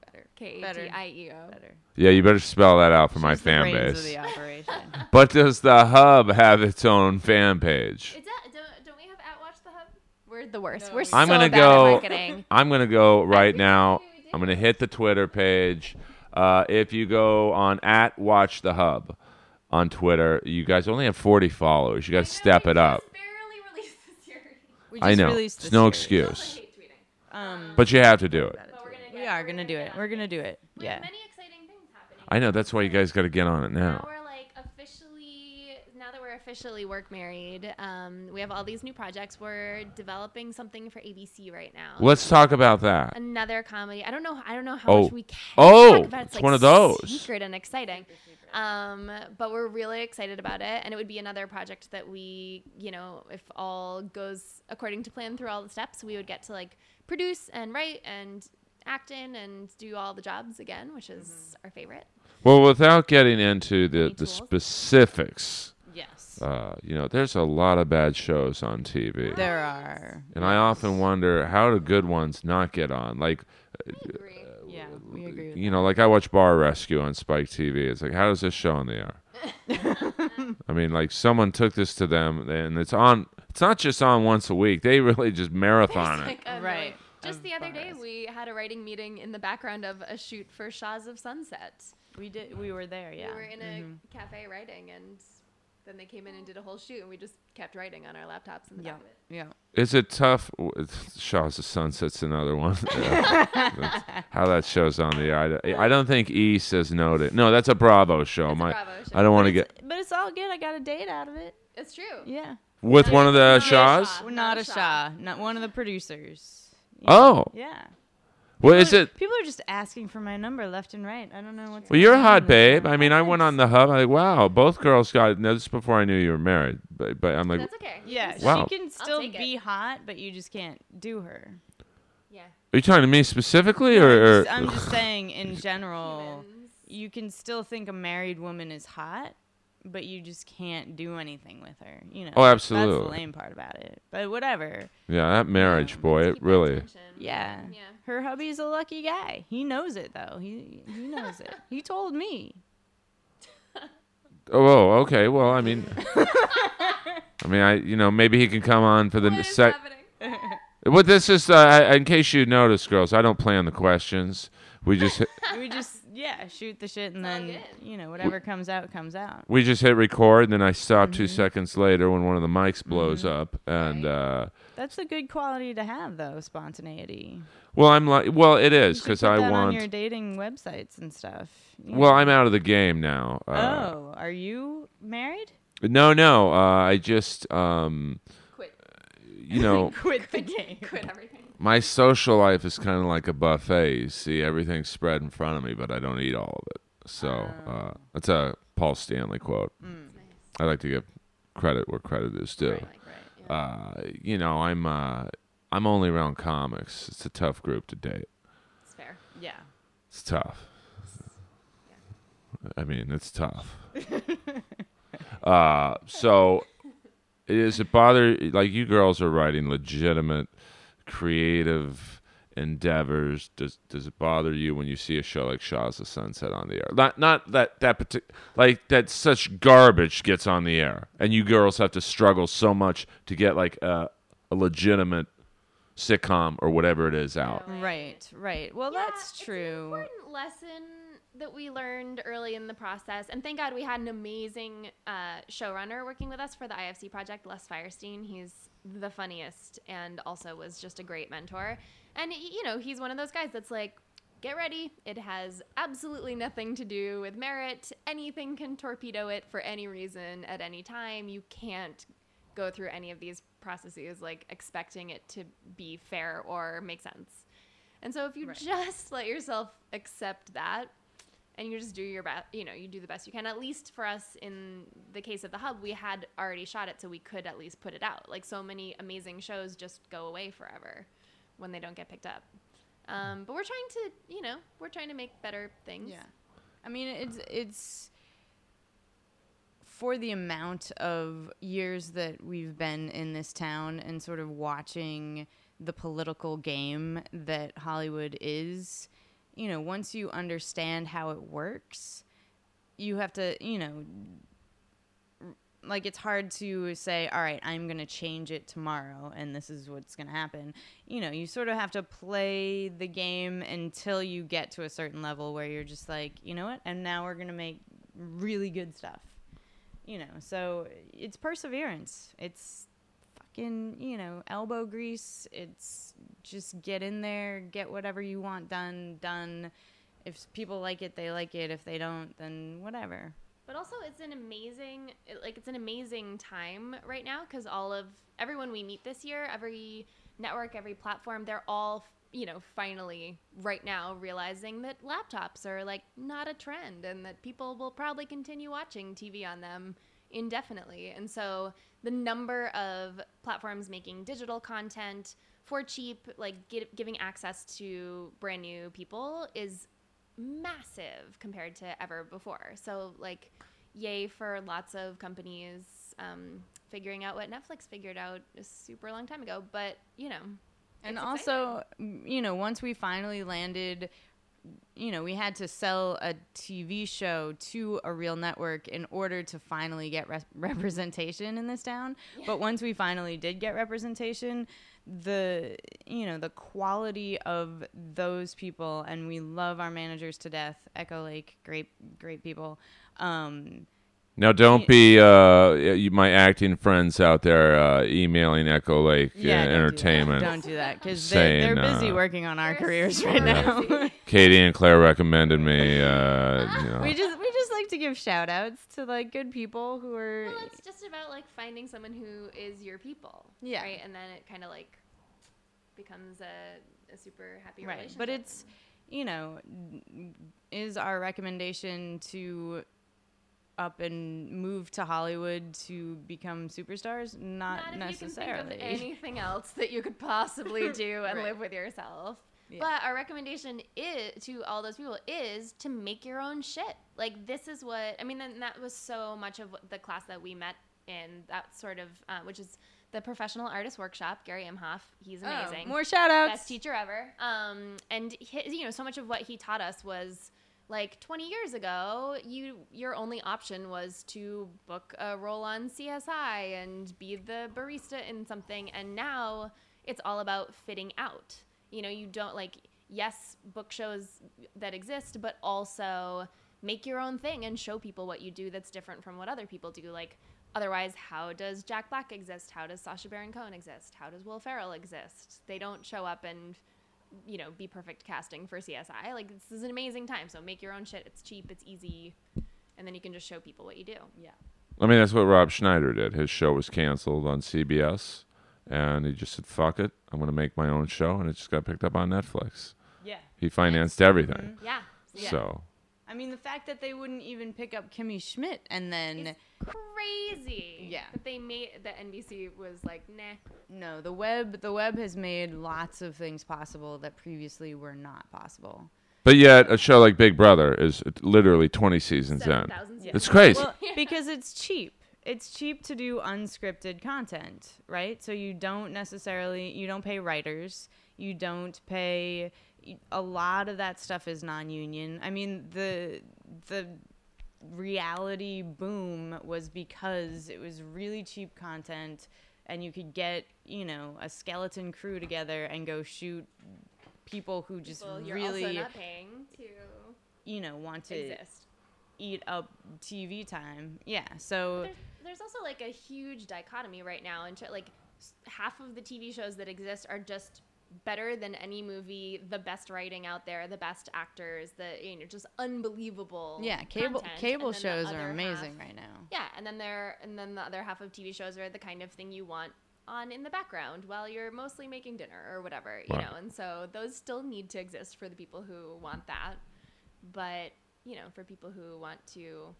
Speaker 2: Better. K A
Speaker 3: Better.
Speaker 2: D I E O.
Speaker 3: better.
Speaker 1: yeah, you better spell that out for my
Speaker 3: She's the
Speaker 1: fan
Speaker 3: brains
Speaker 1: base.
Speaker 3: Of the uh, operation. *laughs*
Speaker 1: But does the hub have its own fan page?
Speaker 2: It's at, don't, don't we have at Watch the Hub? We're the worst.
Speaker 3: No,
Speaker 2: We're
Speaker 3: we-
Speaker 2: so
Speaker 1: I'm gonna
Speaker 2: bad
Speaker 1: go- *laughs*
Speaker 2: at marketing.
Speaker 1: I'm gonna go right now.
Speaker 2: we did.
Speaker 1: I'm gonna hit the Twitter page. Uh, if you go on at Watch the Hub on Twitter, you guys only have 40 followers. You got to step it up.
Speaker 2: barely released this year. *laughs*
Speaker 3: We
Speaker 1: I
Speaker 3: just
Speaker 1: know.
Speaker 3: released
Speaker 1: It's
Speaker 3: the
Speaker 1: no
Speaker 3: series.
Speaker 1: excuse,
Speaker 2: hate tweeting.
Speaker 3: Um,
Speaker 1: but you have to do it.
Speaker 2: But we're gonna
Speaker 3: we
Speaker 2: get-
Speaker 3: are
Speaker 2: we're
Speaker 3: gonna
Speaker 2: gonna
Speaker 3: do
Speaker 2: get
Speaker 3: it.
Speaker 2: on
Speaker 3: We're
Speaker 2: it.
Speaker 3: gonna do it.
Speaker 2: We
Speaker 3: Yeah.
Speaker 2: have many exciting things happening.
Speaker 1: I know that's why you guys got to get on it
Speaker 2: Now
Speaker 1: now.
Speaker 2: we're like officially, now that we're officially work married, um, we have all these new projects. We're developing something for ABC right now.
Speaker 1: Let's talk about that.
Speaker 2: Another comedy. I don't know. I don't know how
Speaker 1: Oh.
Speaker 2: much we can.
Speaker 1: Oh,
Speaker 2: talk about.
Speaker 1: it's one of those.
Speaker 2: Secret and exciting. Um, but we're really excited about it, and it would be another project that we, you know, if all goes according to plan through all the steps, we would get to like produce and write and act in and do all the jobs again, which is our favorite.
Speaker 1: Well, without getting into the, the
Speaker 2: tools?
Speaker 1: specifics,
Speaker 3: Yes.
Speaker 1: uh, you know, there's a lot of bad shows on TV.
Speaker 3: There are.
Speaker 1: And I often wonder how do good ones not get on? Like, uh,
Speaker 2: I agree.
Speaker 3: Yeah, we agree. With
Speaker 1: you know, like I watch Bar Rescue on Spike TV. It's like, how does this show on the air? I mean, like someone took this to them, and it's on. It's not just on once a week. They really just
Speaker 2: *laughs*
Speaker 1: marathon it.
Speaker 2: Like, a
Speaker 3: Right.
Speaker 2: million- Just
Speaker 3: Of
Speaker 2: the other day,
Speaker 3: bars.
Speaker 2: we had a writing meeting in the background of a shoot for Shaws of Sunset.
Speaker 3: We did. We were there. Yeah.
Speaker 2: We were in a
Speaker 3: Mm-hmm.
Speaker 2: cafe writing, and then they came in and did a whole shoot, and we just kept writing on our laptops in the
Speaker 3: yeah.
Speaker 2: back of it.
Speaker 3: Yeah.
Speaker 1: Is it tough? Shaw's the Sunset's another one. Yeah. That's How that show's on the air. I, I don't think E says no to. No, that's a Bravo show. Oh, My,
Speaker 2: Bravo show.
Speaker 1: I don't want to get
Speaker 3: But it's all good. I got a date out of it.
Speaker 2: It's true.
Speaker 3: Yeah.
Speaker 1: with one of the
Speaker 2: Not a Shaw.
Speaker 1: Shaws.
Speaker 3: We're
Speaker 2: Not
Speaker 3: not
Speaker 2: a
Speaker 3: a Shaw. Not one of the producers. Yeah.
Speaker 1: Oh,
Speaker 3: Yeah.
Speaker 1: well, is it?
Speaker 3: People are just asking for my number left and right. I don't know what's.
Speaker 1: Well, you're a
Speaker 3: going
Speaker 1: hot
Speaker 3: on.
Speaker 1: babe. I mean, I went on the hub. I'm like, wow, both girls got. No, this is before I knew you were married. But, but I'm like,
Speaker 2: That's okay. You
Speaker 3: Yeah,
Speaker 2: can-
Speaker 1: Wow.
Speaker 3: she can still
Speaker 2: take it.
Speaker 3: be hot, but you just can't do her.
Speaker 2: Yeah.
Speaker 1: are you talking to me specifically, or, or *sighs*
Speaker 3: I'm just saying, in general,
Speaker 2: Humans.
Speaker 3: you can still think a married woman is hot, but you just can't do anything with her. You know.
Speaker 1: Oh,
Speaker 3: That's
Speaker 1: absolutely.
Speaker 3: the lame part about it. But whatever.
Speaker 1: yeah, that marriage, boy, it
Speaker 2: Keep
Speaker 1: really.
Speaker 2: attention.
Speaker 3: Yeah.
Speaker 2: Yeah.
Speaker 3: Her hubby's a lucky guy. He knows it though. He he knows it. He told
Speaker 2: *laughs*
Speaker 3: me. *laughs*
Speaker 1: Oh, okay. Well, I mean, I mean, I you know maybe he can come on for the
Speaker 2: What is
Speaker 1: sec.
Speaker 2: happening?
Speaker 1: Well, this is uh, in case you notice, girls. I don't plan the questions. We just hit,
Speaker 3: we just yeah shoot the shit and
Speaker 2: all
Speaker 3: then
Speaker 2: good.
Speaker 3: you know whatever comes out comes out.
Speaker 1: we just hit record, and then I stop
Speaker 3: Mm-hmm.
Speaker 1: two seconds later when one of the mics blows up, and uh,
Speaker 3: That's a good quality to have though, spontaneity.
Speaker 1: well, I'm like, well, it is
Speaker 3: You should
Speaker 1: because
Speaker 3: put
Speaker 1: I
Speaker 3: that
Speaker 1: want.
Speaker 3: on your dating websites and stuff. you
Speaker 1: well,
Speaker 3: know.
Speaker 1: I'm out of the game now. Uh,
Speaker 3: oh, are you married?
Speaker 1: No, no, uh, I just um,
Speaker 2: Quit.
Speaker 1: you know.
Speaker 3: Quit the game.
Speaker 2: Quit everything.
Speaker 1: my social life is kind of like a buffet. You see everything spread in front of me, but I don't eat all of it. So uh, that's a Paul Stanley quote.
Speaker 3: Mm.
Speaker 1: I like to give credit where credit is due.
Speaker 2: Right, like, right, yeah.
Speaker 1: Uh, you know, I'm uh, I'm only around comics. It's a tough group to date.
Speaker 2: It's fair.
Speaker 3: Yeah.
Speaker 1: It's tough. I mean, it's tough. uh, so, is it bother like you girls are writing legitimate, creative endeavors? Does does it bother you when you see a show like Shaw's the Sunset on the air? Not not that that partic- like that such garbage gets on the air, and you girls have to struggle so much to get like a, a legitimate sitcom or whatever it is out.
Speaker 3: Right, right. Well,
Speaker 2: Yeah,
Speaker 3: that's
Speaker 2: It's an
Speaker 3: true.
Speaker 2: important lesson that we learned early in the process, and thank God we had an amazing uh, showrunner working with us for the IFC project, Les Firestein. He's the funniest, and also was just a great mentor. And y- you know, he's one of those guys that's like. Get ready. It has absolutely nothing to do with merit. Anything can torpedo it for any reason at any time. You can't go through any of these processes like expecting it to be fair or make sense. And so if you just *laughs* let yourself accept that and you just do your best, you know, you do the best you can. At least for us in the case of the hub, we had already shot it so we could at least put it out. Like so many amazing shows just go away forever when they don't get picked up. Um, but we're trying to, you know, we're trying to make better things.
Speaker 3: Yeah. I mean, it's it's for the amount of years that we've been in this town and sort of watching the political game that Hollywood is, you know, once you understand how it works, you have to, you know, r- like it's hard to say, all right, I'm going to change it tomorrow and this is what's going to happen. You know, you sort of have to play the game until you get to a certain level where you're just like, you know what? And now we're going to make really good stuff. You know, so it's perseverance. It's fucking, you know, elbow grease. It's just get in there, get whatever you want done, done. If people like it, they like it. If they don't, then whatever.
Speaker 2: But also, it's an amazing, it- like, it's an amazing time right now because all of everyone we meet this year, every network, every platform, they're all, you know, finally right now realizing that laptops are like not a trend and that people will probably continue watching TV on them indefinitely. And so, the number of platforms making digital content for cheap, like gi- giving access to brand new people, is massive compared to ever before. So like, yay for lots of companies um, figuring out what Netflix figured out a super long time ago. But you know,
Speaker 3: and
Speaker 2: It's
Speaker 3: also m- you know once we finally landed you know we had to sell a tv show to a real network in order to finally get res- *laughs* representation in this town but once we finally did get representation the you know the quality of those people and we love our managers to death echo lake great great people um
Speaker 1: Now, don't be uh, you, my acting friends out there uh, emailing Echo Lake uh,
Speaker 3: don't do that.
Speaker 1: Entertainment.
Speaker 3: don't do that
Speaker 1: *laughs*
Speaker 3: because they,
Speaker 1: Saying,
Speaker 3: they're busy
Speaker 1: uh,
Speaker 3: working on our
Speaker 2: They're
Speaker 3: careers
Speaker 2: so
Speaker 3: right now *laughs*
Speaker 2: busy.
Speaker 1: Katie and Claire recommended me. Uh, you know.
Speaker 3: Ah, we just we just like to give shout outs to like good people who are
Speaker 2: well, it's just about like finding someone who is your people.
Speaker 3: Yeah.
Speaker 2: Right, and then it kind of like becomes a, a super happy
Speaker 3: right
Speaker 2: relationship.
Speaker 3: but it's you know is our recommendation to up and move to hollywood to become superstars not,
Speaker 2: not if
Speaker 3: necessarily
Speaker 2: You can think of anything else that you could
Speaker 3: *laughs*
Speaker 2: possibly do and live with yourself.
Speaker 3: Yeah.
Speaker 2: But our recommendation is to all those people is to make your own shit. Like this is what I mean. And that was so much of the class that we met in. That sort of uh, which is the professional artist workshop. Gary Imhoff, he's
Speaker 3: *laughs* Oh,
Speaker 2: amazing
Speaker 3: more shout outs
Speaker 2: best teacher ever. Um, and hi you know, so much of what he taught us was like 20 years ago, you your only option was to book a role on CSI and be the barista in something and now it's all about fitting out. You know, you don't like yes, book shows that exist, but also make your own thing and show people what you do that's different from what other people do like otherwise how does Jack Black exist? How does Sasha Baron Cohen exist? How does Will Ferrell exist? They don't show up and you know, be perfect casting for CSI. Like this is an amazing time. So make your own shit. It's cheap, it's easy, and then you can just show people what you do.
Speaker 3: Yeah.
Speaker 1: I mean, that's what Rob Schneider did. His show was canceled on CBS, and he just said, "Fuck it, I'm going to make my own show," and it just got picked up on Netflix.
Speaker 3: Yeah.
Speaker 1: He financed everything,
Speaker 2: Yeah.
Speaker 3: Mm-hmm. Yeah.
Speaker 1: so
Speaker 3: I mean, the fact that they wouldn't even pick up Kimmy Schmidt and then
Speaker 2: It's crazy.
Speaker 3: Yeah.
Speaker 2: That they made that NBC was like, nah.
Speaker 3: no, the web the web has made lots of things possible that previously were not possible.
Speaker 1: But yet, a show like Big Brother is uh, literally 20 seasons in.
Speaker 2: 7,000
Speaker 3: Yeah.
Speaker 1: It's crazy.
Speaker 3: Well, *laughs* because it's cheap. It's cheap to do unscripted content, right? So you don't necessarily you don't pay writers, you don't pay a lot of that stuff is non-union. I mean, the the reality boom was because it was really cheap content and you could get, you know, a skeleton crew together and go shoot people who just
Speaker 2: Well, you're also
Speaker 3: really,
Speaker 2: not paying to
Speaker 3: you know, want to
Speaker 2: exist.
Speaker 3: eat up TV time. Yeah. So
Speaker 2: There's, there's also like a huge dichotomy right now, and like s- half of the TV shows that exist are just better than any movie, the best writing out there, the best actors, the you know just unbelievable.
Speaker 3: Yeah, cable
Speaker 2: content,
Speaker 3: cable
Speaker 2: and then the
Speaker 3: shows
Speaker 2: other half-
Speaker 3: are amazing right now.
Speaker 2: Yeah, and then there and then the other half of TV shows are the kind of thing you want on in the background while you're mostly making dinner or whatever, you
Speaker 1: Right.
Speaker 2: know. And so those still need to exist for the people who want that. But, you know, for people who want to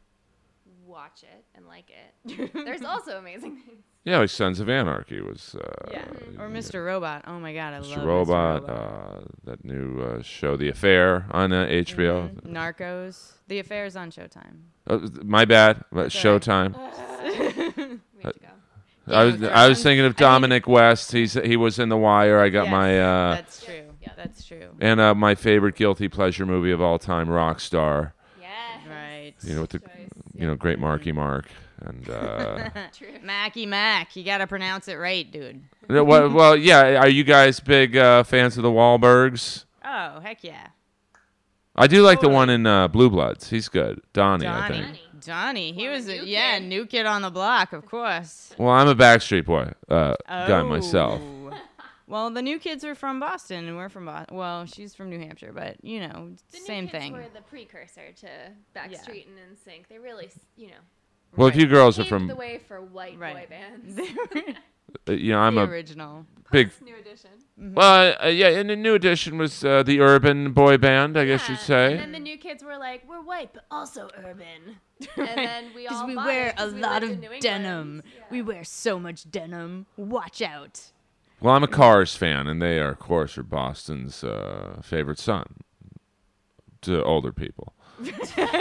Speaker 2: watch it and like it. *laughs*
Speaker 3: *laughs*
Speaker 2: There's also amazing things.
Speaker 1: yeah, like Sons of Anarchy was uh,
Speaker 2: Mm-hmm.
Speaker 3: Or Mr. Robot. Oh my god, I love
Speaker 1: Mr. Robot, Uh, that new uh, show, The Affair, on uh, HBO.
Speaker 3: Mm-hmm. Narcos. The Affairs
Speaker 2: *laughs*
Speaker 3: on Showtime.
Speaker 1: Uh, my bad, but
Speaker 3: That's all right. Uh,
Speaker 1: Showtime.
Speaker 2: We have to go.
Speaker 1: I was
Speaker 3: Game of
Speaker 1: I was
Speaker 3: Thrones.
Speaker 1: thinking of
Speaker 3: I mean-
Speaker 1: Dominic West. He's he was in The Wire. I got
Speaker 3: Yes,
Speaker 1: my uh,
Speaker 3: That's true.
Speaker 2: yeah.
Speaker 3: That's true.
Speaker 1: and uh, my favorite guilty pleasure movie of all time, Rockstar.
Speaker 2: Yes.
Speaker 3: Right.
Speaker 1: You know with the
Speaker 2: Choice.
Speaker 1: you know great Marky Mark and.
Speaker 3: *laughs*
Speaker 1: Uh,
Speaker 2: True.
Speaker 3: Mackie Mac, you gotta pronounce it right, dude.
Speaker 1: Yeah, well, well, yeah. Are you guys big uh, fans of the Wahlbergs?
Speaker 3: Oh, heck yeah.
Speaker 1: I do like the one in uh, Blue Bloods. He's good, Donnie, I
Speaker 3: Donnie.
Speaker 1: think.
Speaker 2: Donnie.
Speaker 3: Donnie. He
Speaker 2: Well,
Speaker 3: was
Speaker 2: the
Speaker 3: a
Speaker 2: new
Speaker 3: yeah,
Speaker 2: kid.
Speaker 3: new kid on the block, of course.
Speaker 1: Well, I'm a Backstreet Boy uh, guy
Speaker 3: Oh.
Speaker 2: *laughs*
Speaker 1: myself.
Speaker 3: Well, the new kids are from Boston and we're from Boston. Well, she's from New Hampshire, but you know,
Speaker 2: The New
Speaker 3: same
Speaker 2: Kids
Speaker 3: thing.
Speaker 2: were the precursor to Backstreet and NSYNC. They really, s- you know,
Speaker 1: Well, if
Speaker 3: Right.
Speaker 1: you girls are
Speaker 2: paved
Speaker 1: from,
Speaker 2: the way for white boy
Speaker 3: Right. *laughs*
Speaker 2: bands.
Speaker 3: *laughs* They were
Speaker 1: uh, you know, I'm
Speaker 3: the
Speaker 1: a
Speaker 3: original.
Speaker 1: big.
Speaker 2: New edition.
Speaker 1: Well, uh, yeah. And the new edition was uh, the urban boy band, I guess you'd
Speaker 2: Yeah,
Speaker 1: say.
Speaker 2: And then the new kids were like, "We're white, but also urban."
Speaker 1: *laughs*
Speaker 2: And then we all
Speaker 3: Because we
Speaker 2: bought
Speaker 3: wear
Speaker 2: it
Speaker 3: a
Speaker 2: 'cause we
Speaker 3: lot
Speaker 2: lived in
Speaker 3: of
Speaker 2: New England.
Speaker 3: denim.
Speaker 2: Yeah.
Speaker 3: We wear so much denim. Watch out.
Speaker 1: well, I'm a Cars fan, and they are, of course, are Boston's uh, favorite son to older people.
Speaker 3: *laughs* yep,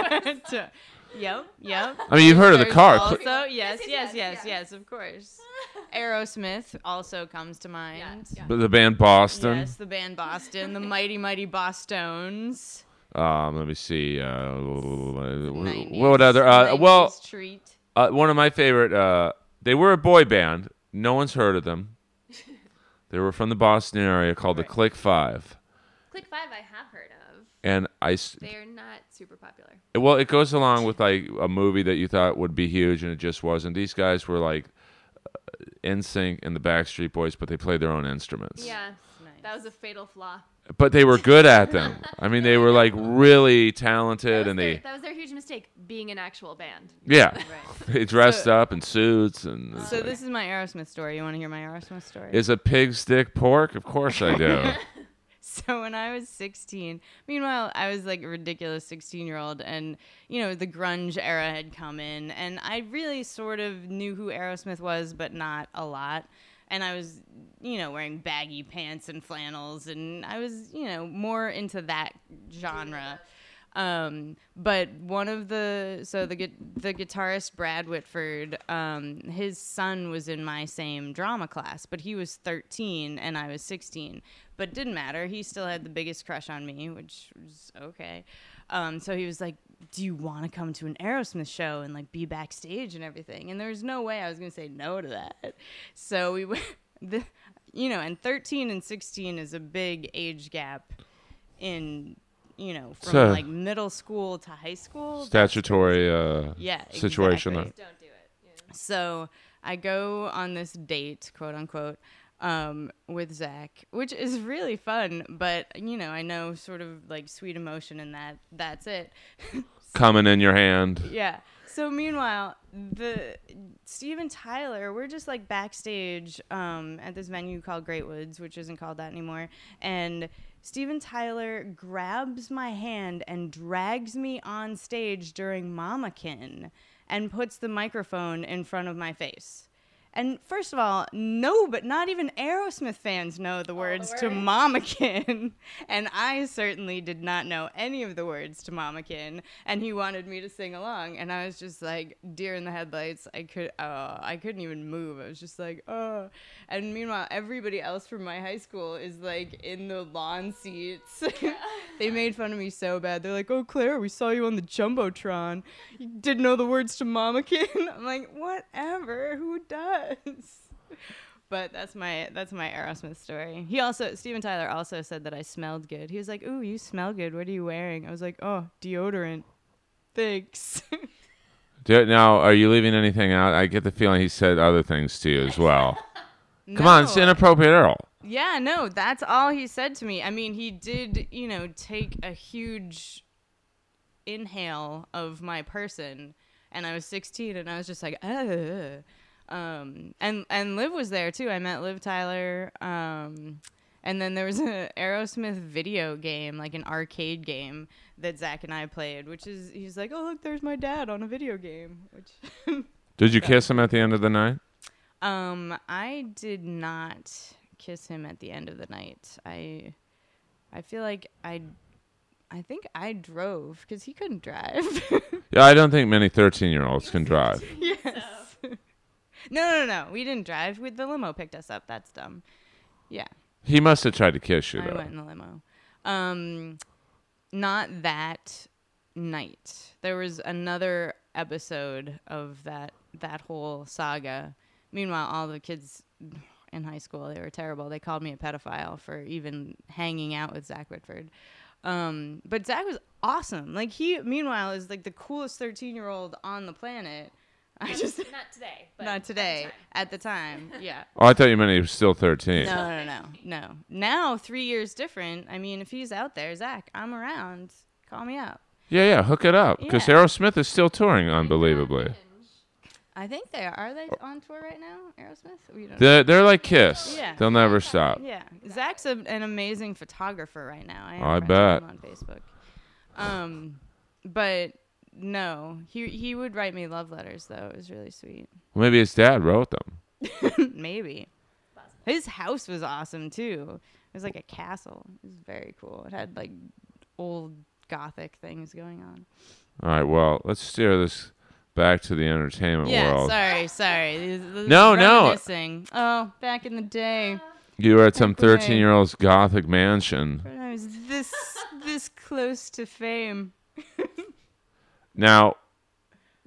Speaker 2: *laughs*
Speaker 3: yep.
Speaker 1: I mean, you've heard of the
Speaker 3: There's
Speaker 1: Car.
Speaker 3: Also,
Speaker 1: pl-
Speaker 2: yes,
Speaker 3: yes, yes,
Speaker 2: yes,
Speaker 3: yes,
Speaker 2: yes.
Speaker 3: yes, of course.
Speaker 2: *laughs*
Speaker 3: Aerosmith also comes to mind.
Speaker 2: yeah.
Speaker 1: the band Boston.
Speaker 3: Yes, the band Boston, the mighty, mighty Bostones.
Speaker 1: Um, let me see. Uh, what
Speaker 3: 90s,
Speaker 1: what other? Uh,
Speaker 3: 90s
Speaker 1: well,
Speaker 3: treat.
Speaker 1: uh, one of my favorite. Uh, they were a boy band. No one's heard of them.
Speaker 2: *laughs*
Speaker 1: they were from the Boston area called the Click Five,
Speaker 2: Click Five, I have heard of.
Speaker 1: and I. s-
Speaker 2: They are not super popular.
Speaker 1: Well, it goes along with like a movie that you thought would be huge, and it just wasn't. These guys were like. uh, In sync and the Backstreet Boys, but they played their own instruments.
Speaker 2: Yeah,
Speaker 3: nice.
Speaker 2: that was a fatal flaw.
Speaker 1: But they were good at them. I mean, they were like really
Speaker 2: That
Speaker 1: talented,
Speaker 2: was,
Speaker 1: and
Speaker 2: their,
Speaker 1: they
Speaker 2: that was their huge mistake, being an actual band.
Speaker 1: yeah,
Speaker 3: Right.
Speaker 1: *laughs* they dressed
Speaker 3: So-
Speaker 1: up in suits and.
Speaker 3: So this is my Aerosmith story. You want to hear my Aerosmith story?
Speaker 1: Is a pig stick pork? Of course I
Speaker 3: *laughs*
Speaker 1: do.
Speaker 3: So when I was 16, meanwhile, I was like a ridiculous 16 year old, and you know, the grunge era had come in, and I really sort of knew who Aerosmith was, but not a lot. And I was, you know, wearing baggy pants and flannels, and I was, you know, more into that genre. Um, but one of the so the gu- the guitarist Brad Whitford, um, his son was in my same drama class, but he was 13 and I was 16. But didn't matter. He still had the biggest crush on me, which was okay. Um, so he was like, "Do you want to come to an Aerosmith show and like be backstage and everything?" And there was no way I was gonna say no to that. So we went, *laughs* the, you know, and 13 and 16 is a big age gap in you know from
Speaker 1: So-
Speaker 3: like middle school to high school.
Speaker 1: Statutory uh,
Speaker 3: Yeah,
Speaker 1: situation.
Speaker 3: exactly.
Speaker 2: Don't do it. Yeah.
Speaker 3: So I go on this date, quote unquote, um, with Zach, which is really fun. But you know, I know sort of like sweet emotion, and that that's it.
Speaker 1: Coming in your hand.
Speaker 3: yeah. So meanwhile, the Steve and Tyler, we're just like backstage um, at this venue called Great Woods, which isn't called that anymore. And Steve and Tyler grabs my hand and drags me on stage during Mamakin and puts the microphone in front of my face. And first of all, no, but not even Aerosmith fans know the words to
Speaker 2: words.
Speaker 3: Mamakin. *laughs* And I certainly did not know any of the words to Mamakin. And he wanted me to sing along. And I was just like, deer in the headlights. I could oh, I couldn't even move. I was just like, oh. And meanwhile, everybody else from my high school is like in the lawn seats. *laughs* they made fun of me so bad. They're like, oh Claire, we saw you on the Jumbotron. You didn't know the words to Mamakin. *laughs* I'm like, whatever, who does? *laughs* But that's my that's my Aerosmith story. He also Steven Tyler also said that I smelled good. He was like, "Ooh, you smell good. What are you wearing?" I was like, "Oh, deodorant. Thanks." *laughs*
Speaker 1: Do, now, are you leaving anything out? I get the feeling he said other things to you as
Speaker 3: *laughs*
Speaker 1: well. Come on, it's
Speaker 3: No.
Speaker 1: inappropriate, Earl.
Speaker 3: Yeah, no, that's all he said to me. I mean, he did, you know, take a huge inhale of my person, and I was 16, and I was just like, Ugh. um, and and Liv was there too. I met Liv Tyler, um, and then there was *laughs* a Aerosmith video game, like an arcade game that Zach and I played, which is he's like, oh look, there's my dad on a video game, which. *laughs*
Speaker 1: Did you kiss him at the end of the night?
Speaker 3: Um, I did not kiss him at the end of the night. I, I feel like I, I think I drove because he couldn't drive. *laughs*
Speaker 1: Yeah, I don't think many 13 year olds can drive.
Speaker 3: yes. *laughs* no, no, no. We didn't drive. We, the limo picked us up. That's dumb. Yeah,
Speaker 1: He must have tried to kiss you,
Speaker 3: I
Speaker 1: though.
Speaker 3: went in the limo. Um, not that night. There was another episode of that that whole saga. Meanwhile, all the kids in high school they were terrible. They called me a pedophile for even hanging out with Zach Whitford. Um, but Zach was awesome. Like he, meanwhile, is like the coolest thirteen year old on the planet. I *laughs* just
Speaker 2: Not today. But
Speaker 3: not
Speaker 2: at the
Speaker 3: today
Speaker 2: time.
Speaker 3: at the time. Yeah.
Speaker 1: Oh, I thought you meant he was still 13.
Speaker 3: No, no, no, no. Now three years different. I mean, if he's out there, Zach, I'm around. Call me up.
Speaker 1: Yeah, yeah, hook it up. Because
Speaker 3: Yeah.
Speaker 1: Aerosmith is still touring, unbelievably.
Speaker 3: I think they are. Are they on tour right now, Aerosmith? We don't.
Speaker 1: They're, they're like Kiss.
Speaker 3: Yeah.
Speaker 1: They'll never stop.
Speaker 3: yeah, Zach's a, an amazing photographer right now. I, am
Speaker 1: I
Speaker 3: friends with
Speaker 1: bet.
Speaker 3: him on Facebook. Um, but no, he he would write me love letters though. It was really sweet.
Speaker 1: Well, maybe his dad wrote them.
Speaker 3: Maybe. His house was awesome too. It was like a castle. It was very cool. It had like old gothic things going on.
Speaker 1: All right, well, let's steer this back to the entertainment
Speaker 3: Yeah,
Speaker 1: world.
Speaker 3: sorry, sorry. This- this is
Speaker 1: No, no.
Speaker 3: reminiscing. Oh, back in the day
Speaker 1: You were at some
Speaker 3: Back when I-
Speaker 1: 13 year old's gothic mansion.
Speaker 3: when I was this this close to fame.
Speaker 1: Now,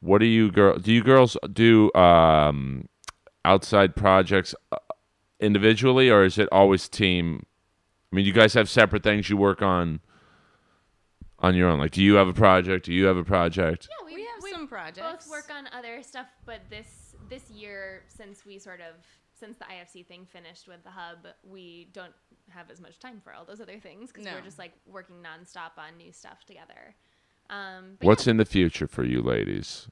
Speaker 1: what do you girls do? You girls do um, outside projects uh, individually, or is it always team? I mean, you guys have separate things you work on on your own. Like, do you have a project? Do you have a project?
Speaker 2: Yeah, we,
Speaker 3: We have
Speaker 2: we
Speaker 3: some projects.
Speaker 2: Both work on other stuff, but this this year, since we sort of since the IFC thing finished with the hub, we don't have as much time for all those other things because
Speaker 3: No.
Speaker 2: we're just like working nonstop on new stuff together. Um, but
Speaker 1: What's in the future for you, ladies?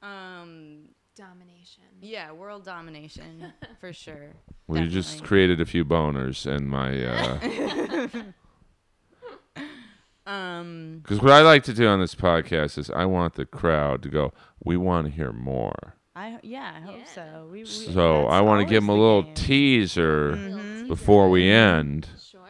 Speaker 3: Um,
Speaker 2: yeah, domination?
Speaker 3: yeah,
Speaker 2: *laughs*
Speaker 3: world domination for sure.
Speaker 1: We just
Speaker 3: Definitely.
Speaker 1: created a few boners in my. Uh, *laughs*
Speaker 3: um,
Speaker 1: Because what I like to do on this podcast is I want the crowd to go, we want to hear more.
Speaker 3: I yeah, I hope
Speaker 2: Yeah.
Speaker 3: so. We, we
Speaker 1: So
Speaker 3: that's
Speaker 1: I want to
Speaker 3: always
Speaker 1: give them a
Speaker 3: the
Speaker 1: little
Speaker 3: game. Mm-hmm.
Speaker 1: teaser
Speaker 2: Little teaser.
Speaker 1: Mm-hmm. before we end.
Speaker 2: Sure.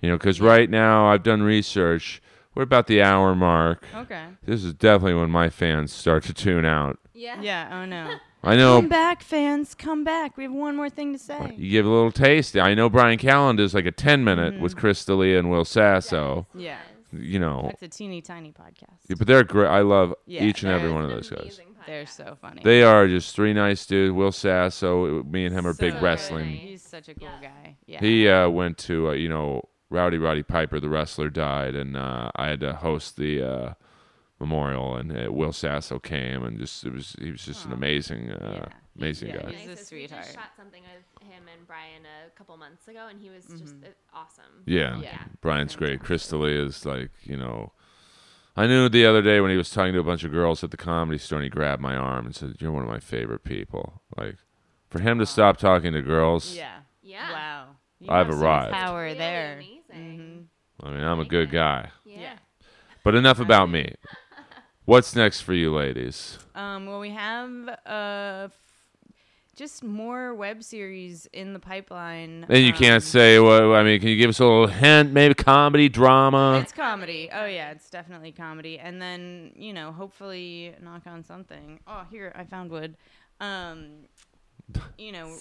Speaker 1: You know, because right now I've done research. We're about the hour mark.
Speaker 3: okay.
Speaker 1: This is definitely when my fans start to tune out.
Speaker 2: Yeah.
Speaker 3: Yeah.
Speaker 1: *laughs*
Speaker 3: Oh no.
Speaker 1: I
Speaker 3: Come
Speaker 1: know
Speaker 3: back, fans. Come back. We have one more thing to say.
Speaker 1: you give a little taste. I know Brian Callen does like a 10 minute with Chris D'Elia and Will Sasso.
Speaker 3: Yeah.
Speaker 1: you know,
Speaker 3: That's a teeny tiny podcast.
Speaker 1: yeah, but they're great. I love
Speaker 3: Yeah,
Speaker 1: each and every
Speaker 2: They're
Speaker 1: one of
Speaker 2: an
Speaker 1: those guys.
Speaker 2: amazing
Speaker 3: They're
Speaker 2: podcast.
Speaker 3: so funny.
Speaker 1: They are just three nice dudes. Will Sasso, me and him are big
Speaker 3: So
Speaker 1: wrestling.
Speaker 3: funny. He's such a cool
Speaker 2: Yeah.
Speaker 3: guy. Yeah.
Speaker 1: He uh, went to uh, you know Rowdy Roddy Piper, the wrestler, died, and uh, I had to host the uh, memorial, and uh, Will Sasso came, and just it was he was just an
Speaker 3: Aw.
Speaker 1: amazing, uh,
Speaker 3: Yeah.
Speaker 1: amazing
Speaker 3: Yeah,
Speaker 1: guy.
Speaker 3: He's a
Speaker 2: Nicest. We
Speaker 3: sweetheart.
Speaker 2: just shot something with him and Brian a couple months ago, and he was just
Speaker 3: Mm-hmm.
Speaker 2: uh, awesome.
Speaker 1: Yeah.
Speaker 3: Yeah.
Speaker 1: Brian's great. Chris D'Elia is like you know. I knew the other day when he was talking to a bunch of girls at the comedy store, and he grabbed my arm and said, "You're one of my favorite people." Like, for him to stop talking to girls,
Speaker 3: Yeah.
Speaker 2: Yeah.
Speaker 3: Wow. You
Speaker 1: I've
Speaker 3: have some
Speaker 1: arrived.
Speaker 3: Power
Speaker 2: Really
Speaker 3: there. Mm-hmm.
Speaker 2: amazing.
Speaker 1: I mean, I'm a good guy.
Speaker 2: Yeah.
Speaker 3: Yeah.
Speaker 1: But enough about
Speaker 3: *laughs*
Speaker 1: me. What's next for you, ladies?
Speaker 3: Um, well, we have uh, f- just more web series in the pipeline.
Speaker 1: And you
Speaker 3: um,
Speaker 1: can't say. Well, I mean, can you give us a little hint? Maybe comedy, drama.
Speaker 3: It's comedy. Oh yeah, it's definitely comedy. And then you know, hopefully, knock on something. Oh, here I found wood. Um, you *laughs* know,